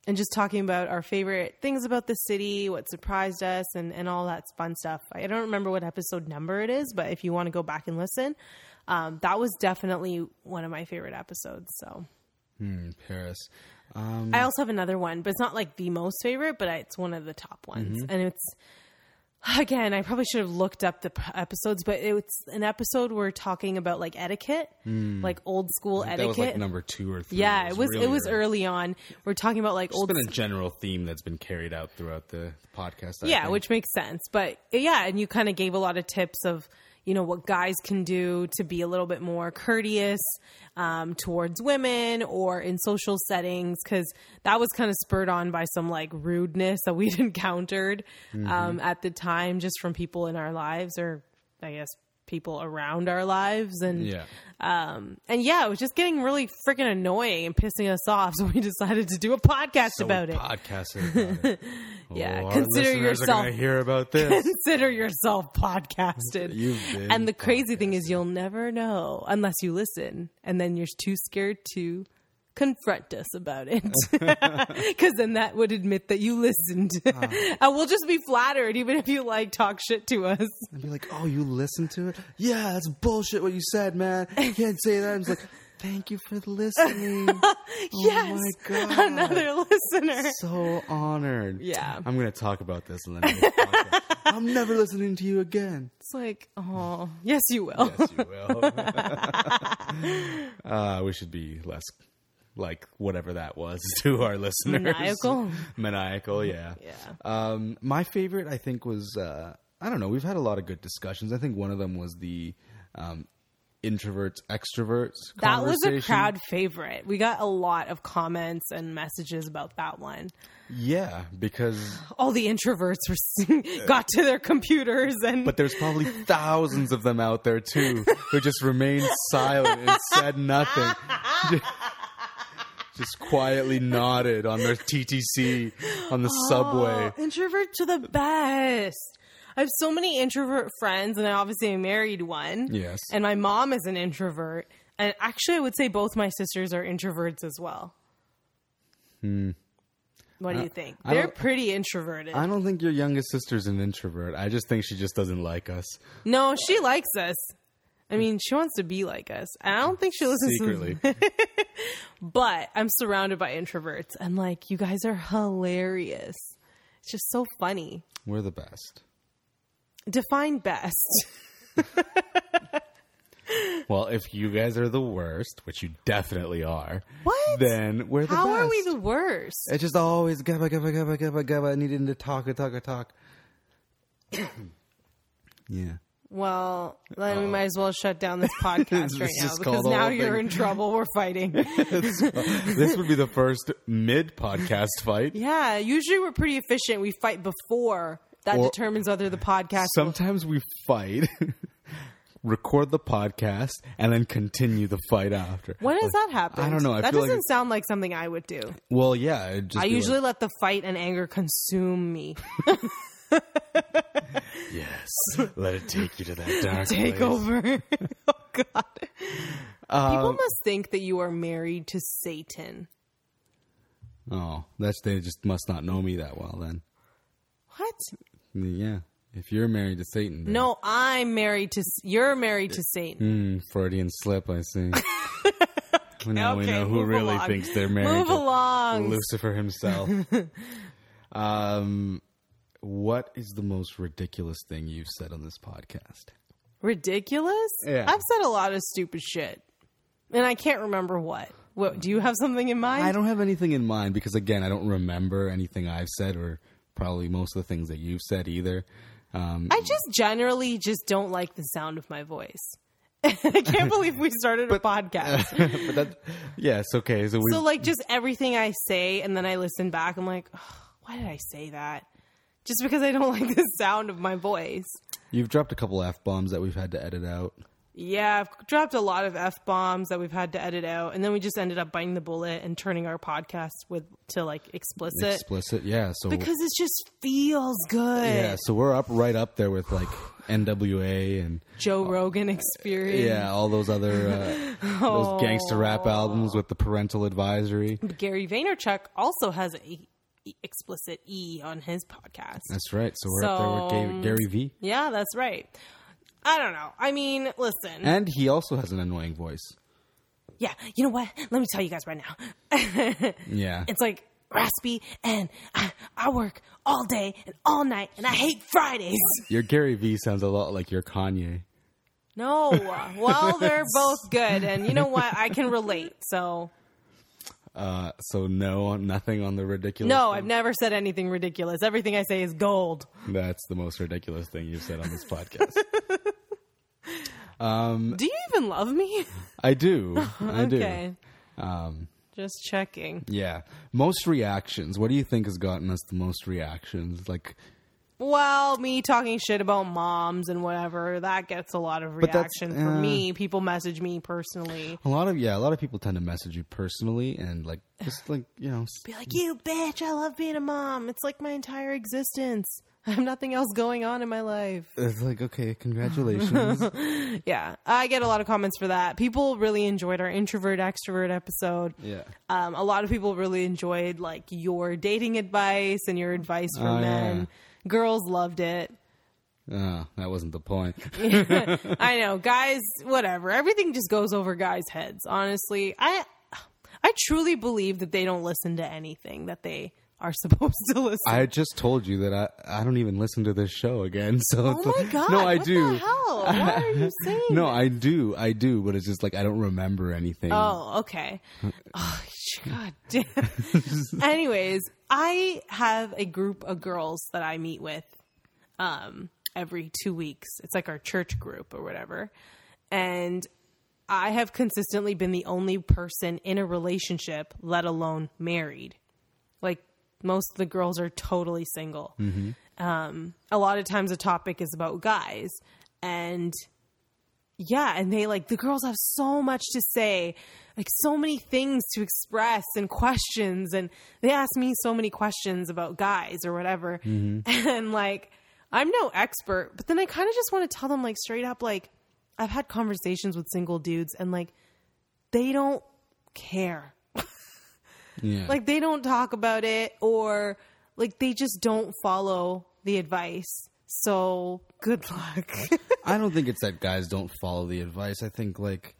S3: and just talking about our favorite things about the city, what surprised us and, and all that fun stuff. I don't remember what episode number it is, but if you want to go back and listen, um, that was definitely one of my favorite episodes. So
S2: Hmm, Paris. Um,
S3: I also have another one, but it's not like the most favorite, but it's one of the top ones.
S2: Mm-hmm.
S3: And it's again, I probably should have looked up the p- episodes, but it's an episode we're talking about like etiquette, like old school
S2: Mm. that was
S3: etiquette.
S2: like number two or three.
S3: yeah, it was
S2: really
S3: it was
S2: early.
S3: early on. We're talking about like old
S2: It's been a general theme that's been carried out throughout the podcast. I
S3: yeah,
S2: think.
S3: which makes sense. But yeah, and you kind of gave a lot of tips of you know what guys can do to be a little bit more courteous um, towards women or in social settings because that was kind of spurred on by some like rudeness that we'd encountered um, at the time just from people in our lives or i guess people around our lives and
S2: yeah,
S3: um and yeah it was just getting really freaking annoying and pissing us off so we decided to do a podcast about it
S2: Podcasted about it. Oh,
S3: Yeah,
S2: our
S3: consider
S2: listeners Are
S3: yourself-
S2: gonna hear about this?
S3: consider yourself podcasted.
S2: You've been
S3: and the crazy thing is, you'll never know unless you listen, and then you're too scared to confront us about it because then that would admit that you listened
S2: Ah.
S3: and we'll just be flattered even if you like talk shit to us
S2: and be like, "Oh, you listened to it? Yeah, that's bullshit. What you said, man. You can't say that." I'm just like, "Thank you for listening. Oh
S3: yes
S2: God.
S3: another listener
S2: so honored."
S3: Yeah.
S2: I'm gonna talk about this in the next podcast. I'm never listening to you again.
S3: it's like oh yes you will
S2: Yes, you will. uh, we should be less like whatever that was to our listeners.
S3: Maniacal?
S2: Maniacal, yeah.
S3: Yeah.
S2: Um, my favorite, I think, was uh, I don't know. We've had a lot of good discussions. I think one of them was the um, introverts extroverts.
S3: That was a
S2: conversation.
S3: crowd favorite. We got a lot of comments and messages about that one.
S2: Yeah, because
S3: all the introverts were got to their computers and
S2: but there's probably thousands of them out there too who just remained silent and said nothing. Just quietly nodded on their TTC on the subway.
S3: Oh, introverts are the best. I have so many introvert friends, and I obviously married one.
S2: Yes.
S3: And my mom is an introvert. And actually, I would say both my sisters are introverts as well. What do you think?
S2: Hmm. I
S3: They're
S2: don't-
S3: pretty introverted.
S2: I don't think your youngest sister's an introvert. I just think she just doesn't like us.
S3: no, she likes us. I mean, she wants to be like us. I don't think she listens to
S2: Secretly.
S3: but I'm surrounded by introverts and like you guys are hilarious. It's just so funny.
S2: We're the best.
S3: Define best.
S2: Well, if you guys are the worst, which you definitely are,
S3: What?
S2: Then we're the
S3: How
S2: best.
S3: are we the worst?
S2: It's just always gabba gabba gabba gabba gabba needing to talk a talk a talk. yeah.
S3: Well, then we might as well shut down this podcast
S2: This
S3: right now
S2: is
S3: because
S2: Oh. called the
S3: now
S2: whole
S3: you're
S2: thing.
S3: in trouble. We're fighting.
S2: this would be the first mid podcast fight.
S3: yeah, usually we're pretty efficient. We fight before that
S2: Or-
S3: determines whether the podcast.
S2: Sometimes we fight, record the podcast, and then continue the fight after.
S3: when has that happened?
S2: Oh, I don't know. I
S3: that
S2: feel like
S3: doesn't
S2: it's-
S3: sound like something I would do.
S2: Well, yeah. it'd just
S3: I
S2: be like,
S3: usually let the fight and anger consume me,
S2: yes. Let it take you to that dark
S3: take
S2: place.
S3: over. oh God!
S2: Um,
S3: People must think that you are married to Satan.
S2: Oh, that's they just must not know me that well then.
S3: What?
S2: Yeah. If you're married to Satan, then-
S3: No, I'm married to. s- You're married to Satan.
S2: Mm, Freudian slip, I see. now we
S3: Okay,
S2: know who
S3: move
S2: really
S3: along.
S2: thinks they're married
S3: Move
S2: to
S3: along.
S2: Lucifer himself. um, what is the most ridiculous thing you've said on this podcast?
S3: ridiculous.
S2: Yeah.
S3: I've said a lot of stupid shit, and I can't remember what. What do you have something in mind?
S2: I don't have anything in mind because, again, I don't remember anything I've said or probably most of the things that you've said either. Um,
S3: I just generally just don't like the sound of my voice. I can't believe we started a
S2: but
S3: podcast.
S2: that, yes, okay. So we
S3: so like just everything I say, and then I listen back. I'm like, "Ugh, why did I say that? Just because I don't like the sound of my voice.
S2: you've dropped a couple f bombs that we've had to edit out.
S3: Yeah, I've dropped a lot of f bombs that we've had to edit out, and then we just ended up biting the bullet and turning our podcast with to like explicit.
S2: Explicit, yeah. So
S3: because it just feels good.
S2: yeah, so we're up right up there with like NWA and
S3: Joe Rogan experience.
S2: Yeah, all those other uh, those gangster rap albums with the parental advisory.
S3: Gary Vaynerchuk also has a e- explicit E on his podcast.
S2: That's right. So we're up there
S3: So-
S2: with Ga- Gary V.
S3: yeah, that's right. I don't know. I mean, listen.
S2: And he also has an annoying voice.
S3: yeah, you know what? Let me tell you guys right now.
S2: Yeah.
S3: it's like raspy, and I, I work all day and all night, and I hate Fridays.
S2: Your Gary V sounds a lot like your Kanye.
S3: No. Well, they're both good, and you know what? I can relate. So,
S2: Uh, so no, nothing on the ridiculous.
S3: no, I've never said anything ridiculous. Everything I say is gold.
S2: That's the most ridiculous thing you've said on this podcast.
S3: Do you even love me?
S2: I do. I do.
S3: okay.
S2: Um,
S3: Just checking.
S2: Yeah. Most reactions. What do you think has gotten us the most reactions? Like
S3: Well, me talking shit about moms and whatever, that gets a lot of
S2: that's-
S3: reaction for
S2: uh,
S3: me. People message me personally.
S2: a lot of yeah, a lot of people tend to message you personally and like just like, you know,
S3: Be like, you bitch, I love being a mom. It's like my entire existence. I have nothing else going on in my life.
S2: It's like, okay, congratulations.
S3: Yeah, I get a lot of comments for that. People really enjoyed our introvert extrovert episode.
S2: yeah.
S3: Um, a lot of people really enjoyed like your dating advice and your advice for
S2: Oh,
S3: men. Girls loved it.
S2: Uh, that wasn't the point.
S3: I know, guys, whatever. Everything just goes over guys' heads. Honestly, I I truly believe that they don't listen to anything that they are supposed to listen.
S2: I just told you that I, I don't even listen to this show again. So
S3: oh
S2: it's
S3: my
S2: like,
S3: god!
S2: no, I
S3: what
S2: do.
S3: The hell? Why are you saying?
S2: No,
S3: that?
S2: I do. I do, but it's just like I don't remember anything.
S3: Oh, okay. Oh, sh- God damn. Anyways, I have a group of girls that I meet with um, every two weeks. It's like our church group or whatever. And I have consistently been the only person in a relationship, let alone married. Like, most of the girls are totally single. Um, a lot of times, the topic is about guys. And yeah, and they like the girls have so much to say, like so many things to express and questions, and they ask me so many questions about guys or whatever, and like I'm no expert, but then I kind of just want to tell them like straight up, like I've had conversations with single dudes, and like they don't care.
S2: Yeah.
S3: Like they don't talk about it or like they just don't follow the advice. So good luck.
S2: I don't think it's that guys don't follow the advice. I think like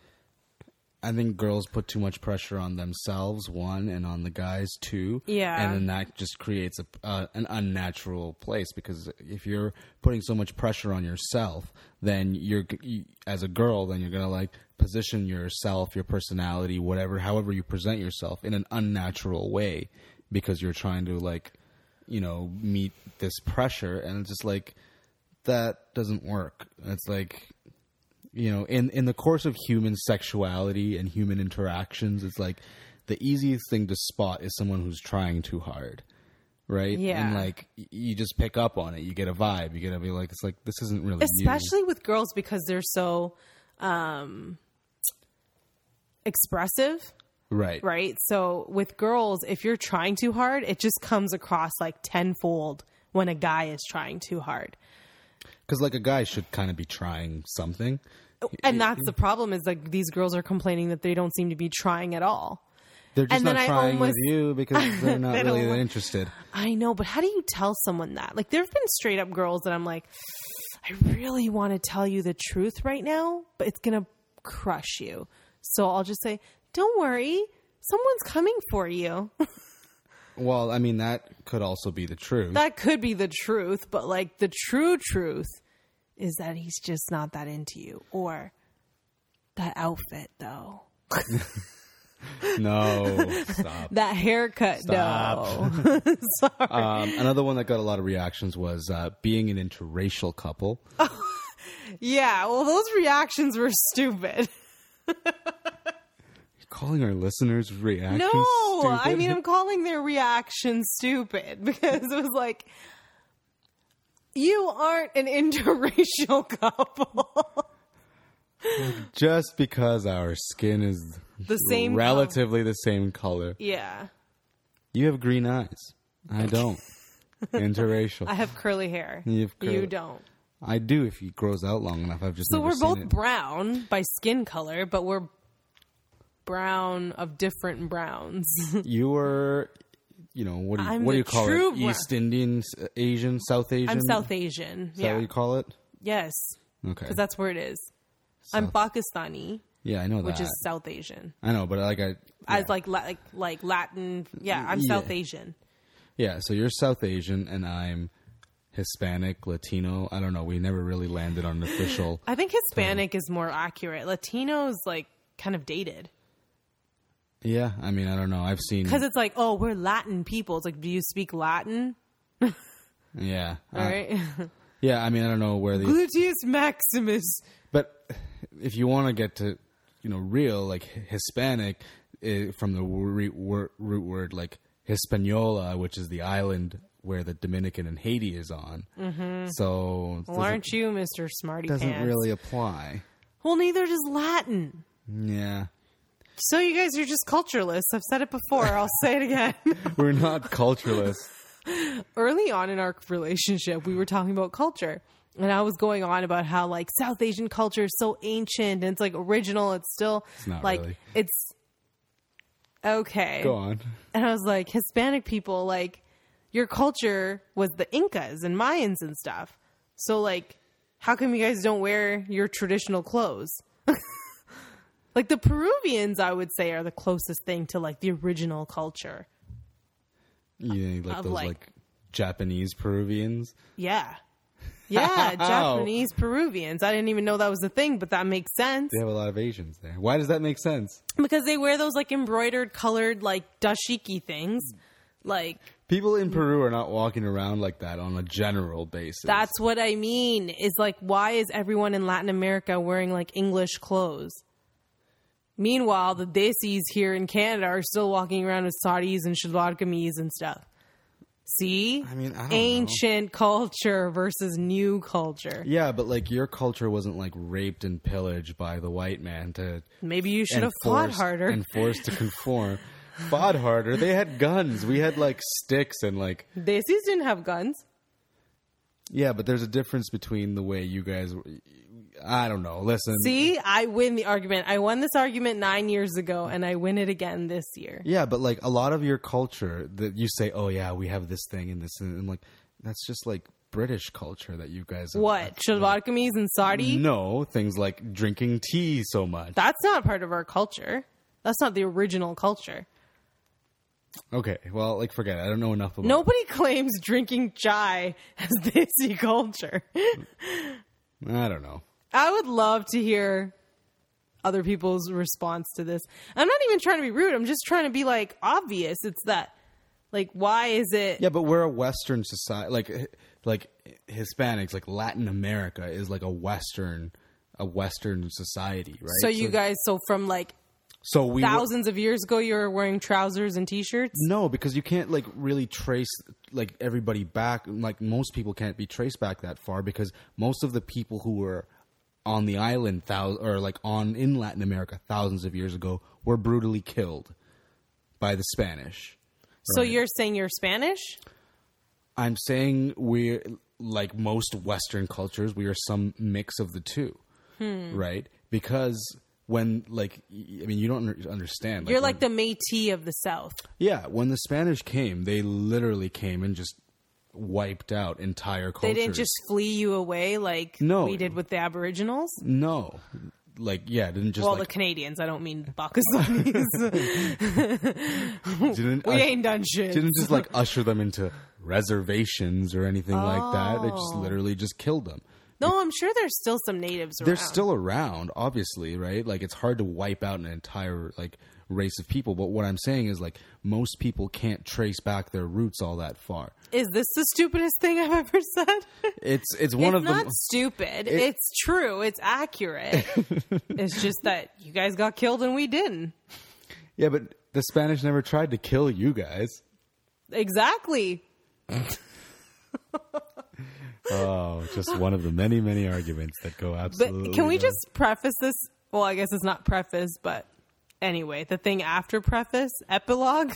S2: I think girls put too much pressure on themselves, one, and on the guys, two.
S3: Yeah.
S2: and then that just creates a uh, an unnatural place because if you're putting so much pressure on yourself, then you're g- you, as a girl, then you're gonna like position yourself, your personality, whatever, however you present yourself, in an unnatural way because you're trying to like, you know, meet this pressure, and it's just like that doesn't work. It's like you know in in the course of human sexuality and human interactions it's like the easiest thing to spot is someone who's trying too hard right
S3: Yeah.
S2: and like y- you just pick up on it you get a vibe you get to be like it's like this isn't really
S3: Especially with girls because they're so um expressive.
S2: you. right
S3: right? So with girls, if you're trying too hard, it just comes across like tenfold when a guy is trying too hard.
S2: because like a guy should kind of be trying something
S3: And that's the problem is like these girls are complaining that they don't seem to be trying at all.
S2: they're just
S3: And then
S2: not
S3: I
S2: trying
S3: almost-
S2: with you because they're not
S3: They don't
S2: really that
S3: want-
S2: interested
S3: I know, but how do you tell someone that? Like there've been straight up girls that I'm like I really want to tell you the truth right now, but it's going to crush you. So I'll just say, "Don't worry. Someone's coming for you."
S2: well i mean that could also be the truth
S3: that could be the truth, but like the true truth is that he's just not that into you or that outfit though.
S2: no stop
S3: That haircut
S2: Stop.
S3: though.
S2: um, another one that got a lot of reactions was uh, being an interracial couple
S3: Yeah, well those reactions were stupid.
S2: calling our listeners reactions
S3: No,
S2: stupid?
S3: I mean I'm calling their reaction stupid because it was like you aren't an interracial couple.
S2: just because our skin is
S3: The same
S2: relatively the same color.
S3: yeah.
S2: You have green eyes. I don't. Interracial.
S3: I
S2: I,
S3: have curly hair.
S2: You have curly-
S3: You don't.
S2: do if he grows out long enough. I've just
S3: So
S2: never
S3: we're
S2: seen
S3: both
S2: it.
S3: brown by skin color, but we're brown of different browns.
S2: you were, you know, what do you,
S3: I'm
S2: what do
S3: the
S2: you call
S3: true
S2: it?
S3: brown.
S2: East Indian, S- Asian, South Asian.
S3: I'm South Asian.
S2: Is that
S3: Yeah.
S2: what you call it?
S3: yes.
S2: Okay.
S3: Because that's where it is. I'm Pakistani,
S2: yeah, I know that.
S3: which is South Asian.
S2: I know, but like I,
S3: As like la- like like Latin. Yeah, I'm
S2: Yeah.
S3: South Asian.
S2: yeah. So you're South Asian, and I'm Hispanic, Latino. I don't know. We never really landed on an official.
S3: I think Hispanic is more accurate. Latino is like kind of dated.
S2: yeah, I mean, I don't know. I've seen.
S3: Because it's like, oh, we're Latin people. It's like, do you speak Latin?
S2: Yeah.
S3: All
S2: Uh,
S3: right.
S2: Yeah, I mean, I don't know where the
S3: Gluteus maximus.
S2: but if you want to get to you know real like Hispanic eh, from the root wor- root word like Hispaniola, which is the island where the Dominican and Haiti is on. Mm-hmm. So it
S3: Well, aren't you, Mr. Smarty
S2: doesn't,
S3: Pants?
S2: doesn't really apply.
S3: Well, neither does Latin.
S2: Yeah,
S3: So you guys, you're just cultureless. I've said it before. I'll say it again.
S2: we're not cultureless.
S3: Early on in our relationship, we were talking about culture. And I was going on about how like South Asian culture is so ancient and it's like original. It's still
S2: not
S3: like
S2: really.
S3: it's okay.
S2: Go on.
S3: And I was like, Hispanic people, like your culture was the Incas and Mayans and stuff. So like, how come you guys don't wear your traditional clothes? like the Peruvians, I would say, are the closest thing to like the original culture.
S2: You know, like
S3: Of,
S2: those
S3: like-
S2: like, Japanese Peruvians.
S3: Yeah. Yeah,
S2: Wow.
S3: Japanese Peruvians. I didn't even know that was a thing, but that makes sense
S2: They have a lot of Asians there. Why does that make sense?
S3: because they wear those like embroidered, colored, like dashiki things. Like
S2: People
S3: Mm.
S2: in Peru are not walking around like that on a general basis.
S3: That's what I mean. Is like, why is everyone in Latin America wearing like English clothes? Meanwhile, the desis here in Canada are still walking around with saris and shalwar and stuff. See,
S2: I mean, I don't know.
S3: ancient culture versus new culture.
S2: Yeah, but like your culture wasn't like raped and pillaged by the white man to
S3: Maybe you should
S2: and
S3: have fought
S2: forced-
S3: harder.
S2: and forced to conform. fought harder. They had guns. We had like sticks and like
S3: desis didn't have guns.
S2: yeah, but there's a difference between the way you guys. I don't know. Listen.
S3: See, I win the argument. I won this argument nine years ago, and I win it again this year.
S2: Yeah, but like a lot of your culture that you say, oh yeah, we have this thing and this, and, and like that's just like British culture that you guys. have-
S3: What? Shalvakamis and Saudi?
S2: No, things like drinking tea so much.
S3: That's not part of our culture. That's not the original culture.
S2: okay, well, like forget. It. I don't know enough about.
S3: Nobody claims drinking chai as desi culture.
S2: it. I don't know.
S3: I would love to hear other people's response to this. I'm not even trying to be rude. I'm just trying to be like obvious. It's that like why is it
S2: Yeah, but we're a Western society, like eh, like Hispanics, like Latin America is like a Western, a Western society, right?
S3: so you guys so from like
S2: so we were-
S3: thousands of years ago you were wearing trousers and t-shirts?
S2: No, because you can't like really trace like everybody back. Like most people can't be traced back that far because most of the people who were on the island thou- or like on in Latin America thousands of years ago were brutally killed by the Spanish.
S3: So you're saying you're Spanish?
S2: I'm saying we're like most Western cultures, we are some mix of the two,
S3: Hmm.
S2: right? Because when like y- I mean, you don't under- understand.
S3: You're
S2: when-
S3: like the Métis of the South.
S2: Yeah, when the Spanish came, they literally came and just wiped out entire
S3: They
S2: cultures.
S3: didn't just flee you away like
S2: No.
S3: we did with the Aboriginals.
S2: no, like yeah, didn't just
S3: well,
S2: like
S3: the Canadians. I don't mean Pakistanis.
S2: didn't
S3: we
S2: ush-
S3: ain't done shit.
S2: didn't just like usher them into reservations or anything like that. They
S3: Oh.
S2: just literally just killed them.
S3: No, I'm sure there's still some natives
S2: They're
S3: around.
S2: still around, obviously, right? Like it's hard to wipe out an entire like race of people. But what I'm saying is like most people can't trace back their roots all that far.
S3: Is this the stupidest thing I've ever said?
S2: It's it's one of
S3: it's not
S2: the
S3: stupid. it's true. It's accurate. it's just that you guys got killed and we didn't.
S2: yeah, but the Spanish never tried to kill you guys.
S3: Exactly.
S2: Oh, just one of the many, many arguments that go
S3: But
S2: absolutely.
S3: can we
S2: no.
S3: just preface this? Well, I guess it's not preface, but anyway, the thing after preface, epilogue,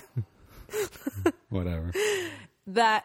S2: whatever?
S3: that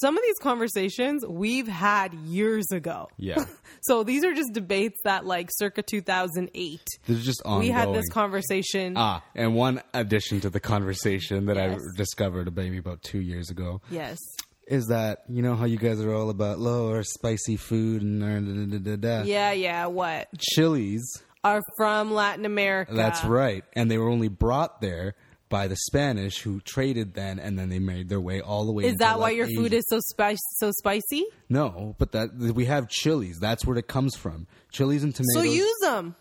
S3: some of these conversations we've had years ago.
S2: Yeah,
S3: So these are just debates that, like, circa 2008,
S2: there's just ongoing.
S3: we had this conversation.
S2: ah, and one addition to the conversation that
S3: Yes.
S2: I discovered maybe about two years ago
S3: yes.
S2: is that you know how you guys are all about lower spicy food and da, da, da, da, da.
S3: Yeah, yeah. What
S2: chilies.
S3: are from Latin America?
S2: That's right, and they were only brought there by the Spanish who traded then, and then they made their way all the way.
S3: Is
S2: into,
S3: that why
S2: like,
S3: your food
S2: Asia.
S3: is so spicy? So spicy?
S2: No, but that we have chilies. That's where it comes from. Chilies and tomatoes.
S3: So use them.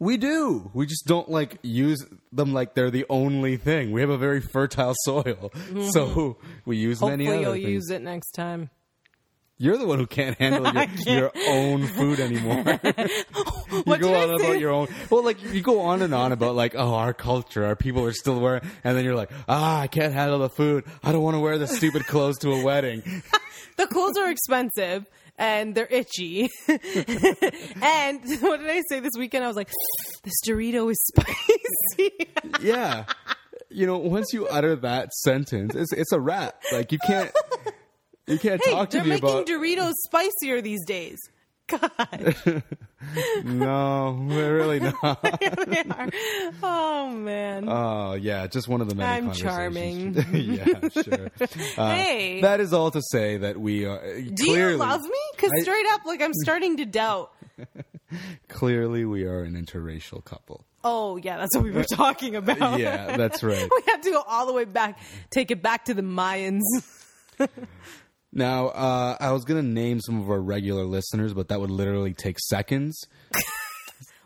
S2: We do. We just don't like use them like they're the only thing. We have a very fertile soil, so we use many
S3: Mm-hmm. Hopefully,
S2: other
S3: you'll
S2: things.
S3: use it next time.
S2: You're the one who can't handle your, your own food anymore. you
S3: What
S2: go
S3: did I
S2: on
S3: say?
S2: about your own. Well, like you go on and on about like oh our culture, our people are still wearing, and then you're like ah I can't handle the food. I don't want to wear the stupid clothes to a wedding.
S3: The clothes are expensive and they're itchy. and what did I say this weekend? I was like, this Dorito is spicy.
S2: Yeah. You know, once you utter that sentence, it's it's a wrap. Like you can't you can't
S3: hey,
S2: talk to
S3: they're
S2: me
S3: making
S2: about
S3: Doritos spicier these days. God,
S2: no, we're really not.
S3: they are. Oh man.
S2: Oh yeah, just one of the many.
S3: I'm
S2: conversations. yeah, sure. Uh,
S3: hey,
S2: That is all to say that we are uh, clearly,
S3: do you love me? Because
S2: I-
S3: straight up, like I'm starting to doubt.
S2: clearly we are an interracial couple.
S3: Oh yeah, that's what we were talking about.
S2: Uh, Yeah, that's right.
S3: we have to go all the way back, take it back to the Mayans.
S2: Now, uh, I was gonna name some of our regular listeners, but that would literally take seconds,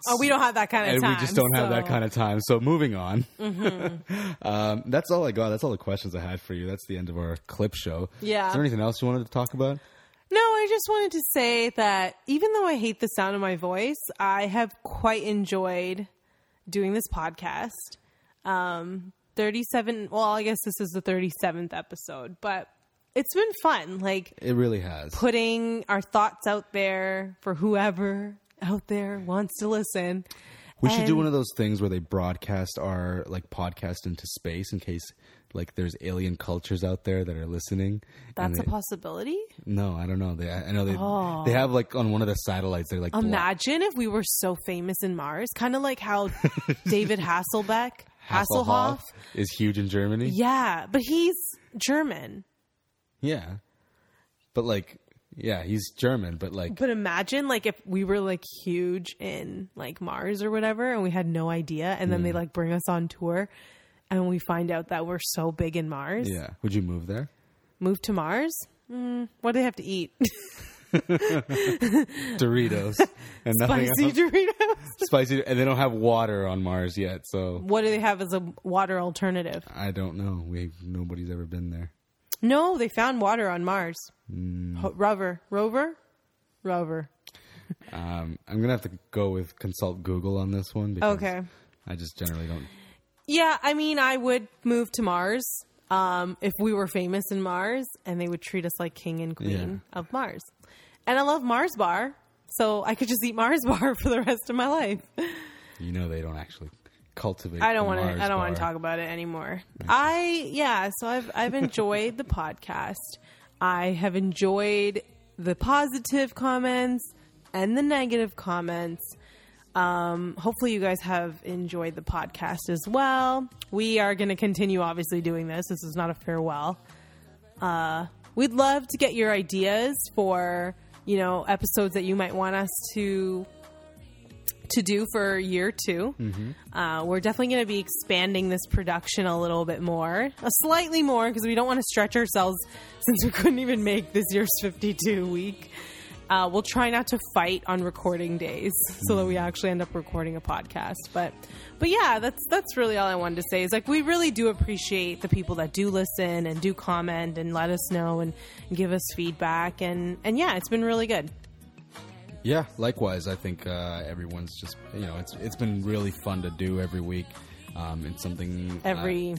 S3: Oh, we don't have that kind of
S2: and
S3: time.
S2: we just don't have that
S3: so- Mm-hmm.
S2: kind of time. So, moving on. um, that's all I got. That's all the questions I had for you. That's the end of our clip show.
S3: Yeah.
S2: Is there anything else you wanted to talk about?
S3: No, I just wanted to say that even though I hate the sound of my voice, I have quite enjoyed doing this podcast. Um, 37, well, I guess this is the 37th episode, but it's been fun. Like
S2: It really has.
S3: putting our thoughts out there for whoever out there wants to listen.
S2: We should do
S3: And-
S2: one of those things where they broadcast our like podcast into space in case like there's alien cultures out there that are listening. and
S3: That's a Oh.
S2: they-
S3: possibility.
S2: no, I don't know. They, I I know they they have like on one of the satellites. They're like blo-
S3: Imagine if we were so famous in Mars, kind of like how David Hasselbeck, Hasselhoff.
S2: is huge in Germany.
S3: Yeah, but he's German.
S2: Yeah. But like yeah, he's German, but like
S3: But imagine like if we were like huge in like Mars or whatever and we had no idea and then
S2: Hmm.
S3: they like bring us on tour and we find out that we're so big in Mars.
S2: yeah. Would you move there?
S3: Move to Mars? Mm, what do they have to eat?
S2: Doritos and nothing
S3: Spicy
S2: else.
S3: Doritos?
S2: Spicy and they don't have water on Mars yet, so
S3: What do they have as a water alternative?
S2: I don't know. We nobody's ever been there.
S3: No, they found water on Mars. Ho- rover. Rover? Rover.
S2: Um, I'm gonna have to go with consult Google on this one. Because
S3: Okay.
S2: I just generally don't.
S3: Yeah, I mean, I would move to Mars um, if we were famous in Mars and they would treat us like king and queen of Mars. And I love Mars Bar, so I could just eat Mars Bar for the rest of my life.
S2: You know, they don't actually cultivate.
S3: I don't
S2: the
S3: want
S2: Mars
S3: to. I don't want to
S2: bar.
S3: talk about it anymore. I yeah. So I've I've enjoyed the podcast. I have enjoyed the positive comments and the negative comments. Um, hopefully, you guys have enjoyed the podcast as well. We are going to continue, obviously, doing this. This is not a farewell. Uh, We'd love to get your ideas for, you know, episodes that you might want us to to do for year 2 Uh, we're definitely going to be expanding this production a little bit more, uh, slightly more, because we don't want to stretch ourselves since we couldn't even make this year's 52 week. Uh, we'll try not to fight on recording days so that we actually end up recording a podcast. But, but yeah, that's that's really all I wanted to say is like we really do appreciate the people that do listen and do comment and let us know and give us feedback and and yeah, it's been really good.
S2: Yeah, likewise. I think uh, everyone's just you know it's it's been really fun to do every week. Um, it's something uh,
S3: Every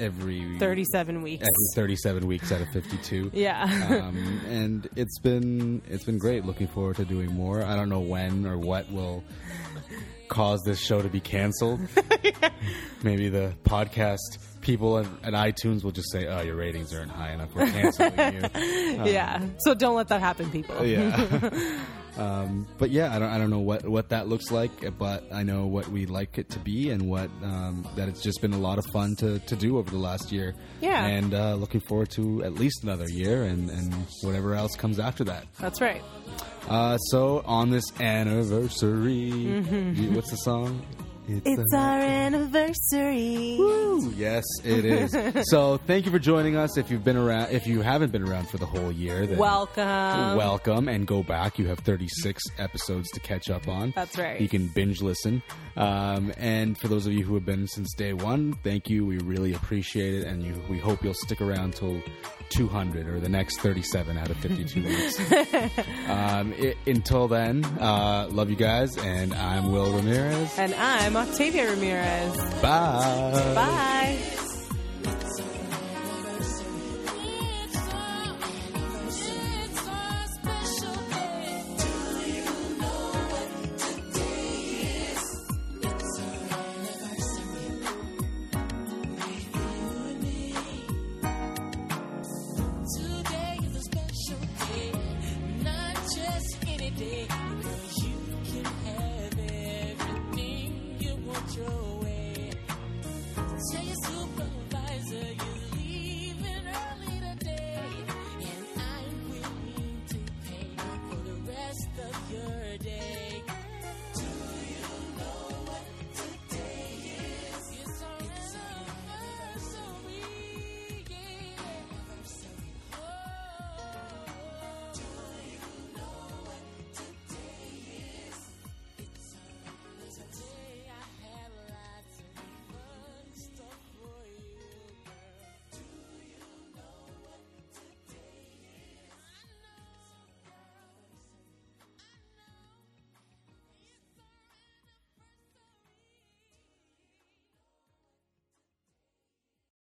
S2: every
S3: 37 weeks.
S2: every thirty seven weeks out of fifty two.
S3: Yeah.
S2: um, and it's been it's been great. Looking forward to doing more. I don't know when or what will cause this show to be canceled. Maybe the podcast people and, and iTunes will just say, "Oh, your ratings aren't high enough. We're canceling you."
S3: yeah. So don't let that happen, people.
S2: Uh-huh. Yeah. um, but yeah, I don't I don't know what what that looks like, but I know what we like it to be and what um, that it's just been a lot of fun to to do over the last year.
S3: Yeah.
S2: and uh, looking forward to at least another year and and whatever else comes after that.
S3: That's right.
S2: Uh, so on this anniversary, you- what's the song?
S3: Mm-hmm. It's our anniversary.
S2: Woo! Yes, it is. so thank you for joining us. If you've been around, if you haven't been around for the whole year, then
S3: Welcome.
S2: welcome and go back. You have 36 episodes to catch up on.
S3: That's right.
S2: You can binge listen. Um, and for those of you who have been since day one, thank you. We really appreciate it, and you, we hope you'll stick around till 200 or the next 37 out of 52 weeks. Um, i until then, uh, love you guys, and I'm Will Ramirez.
S3: and I'm Octavia Ramirez.
S2: Bye.
S3: Bye.
S1: Oh,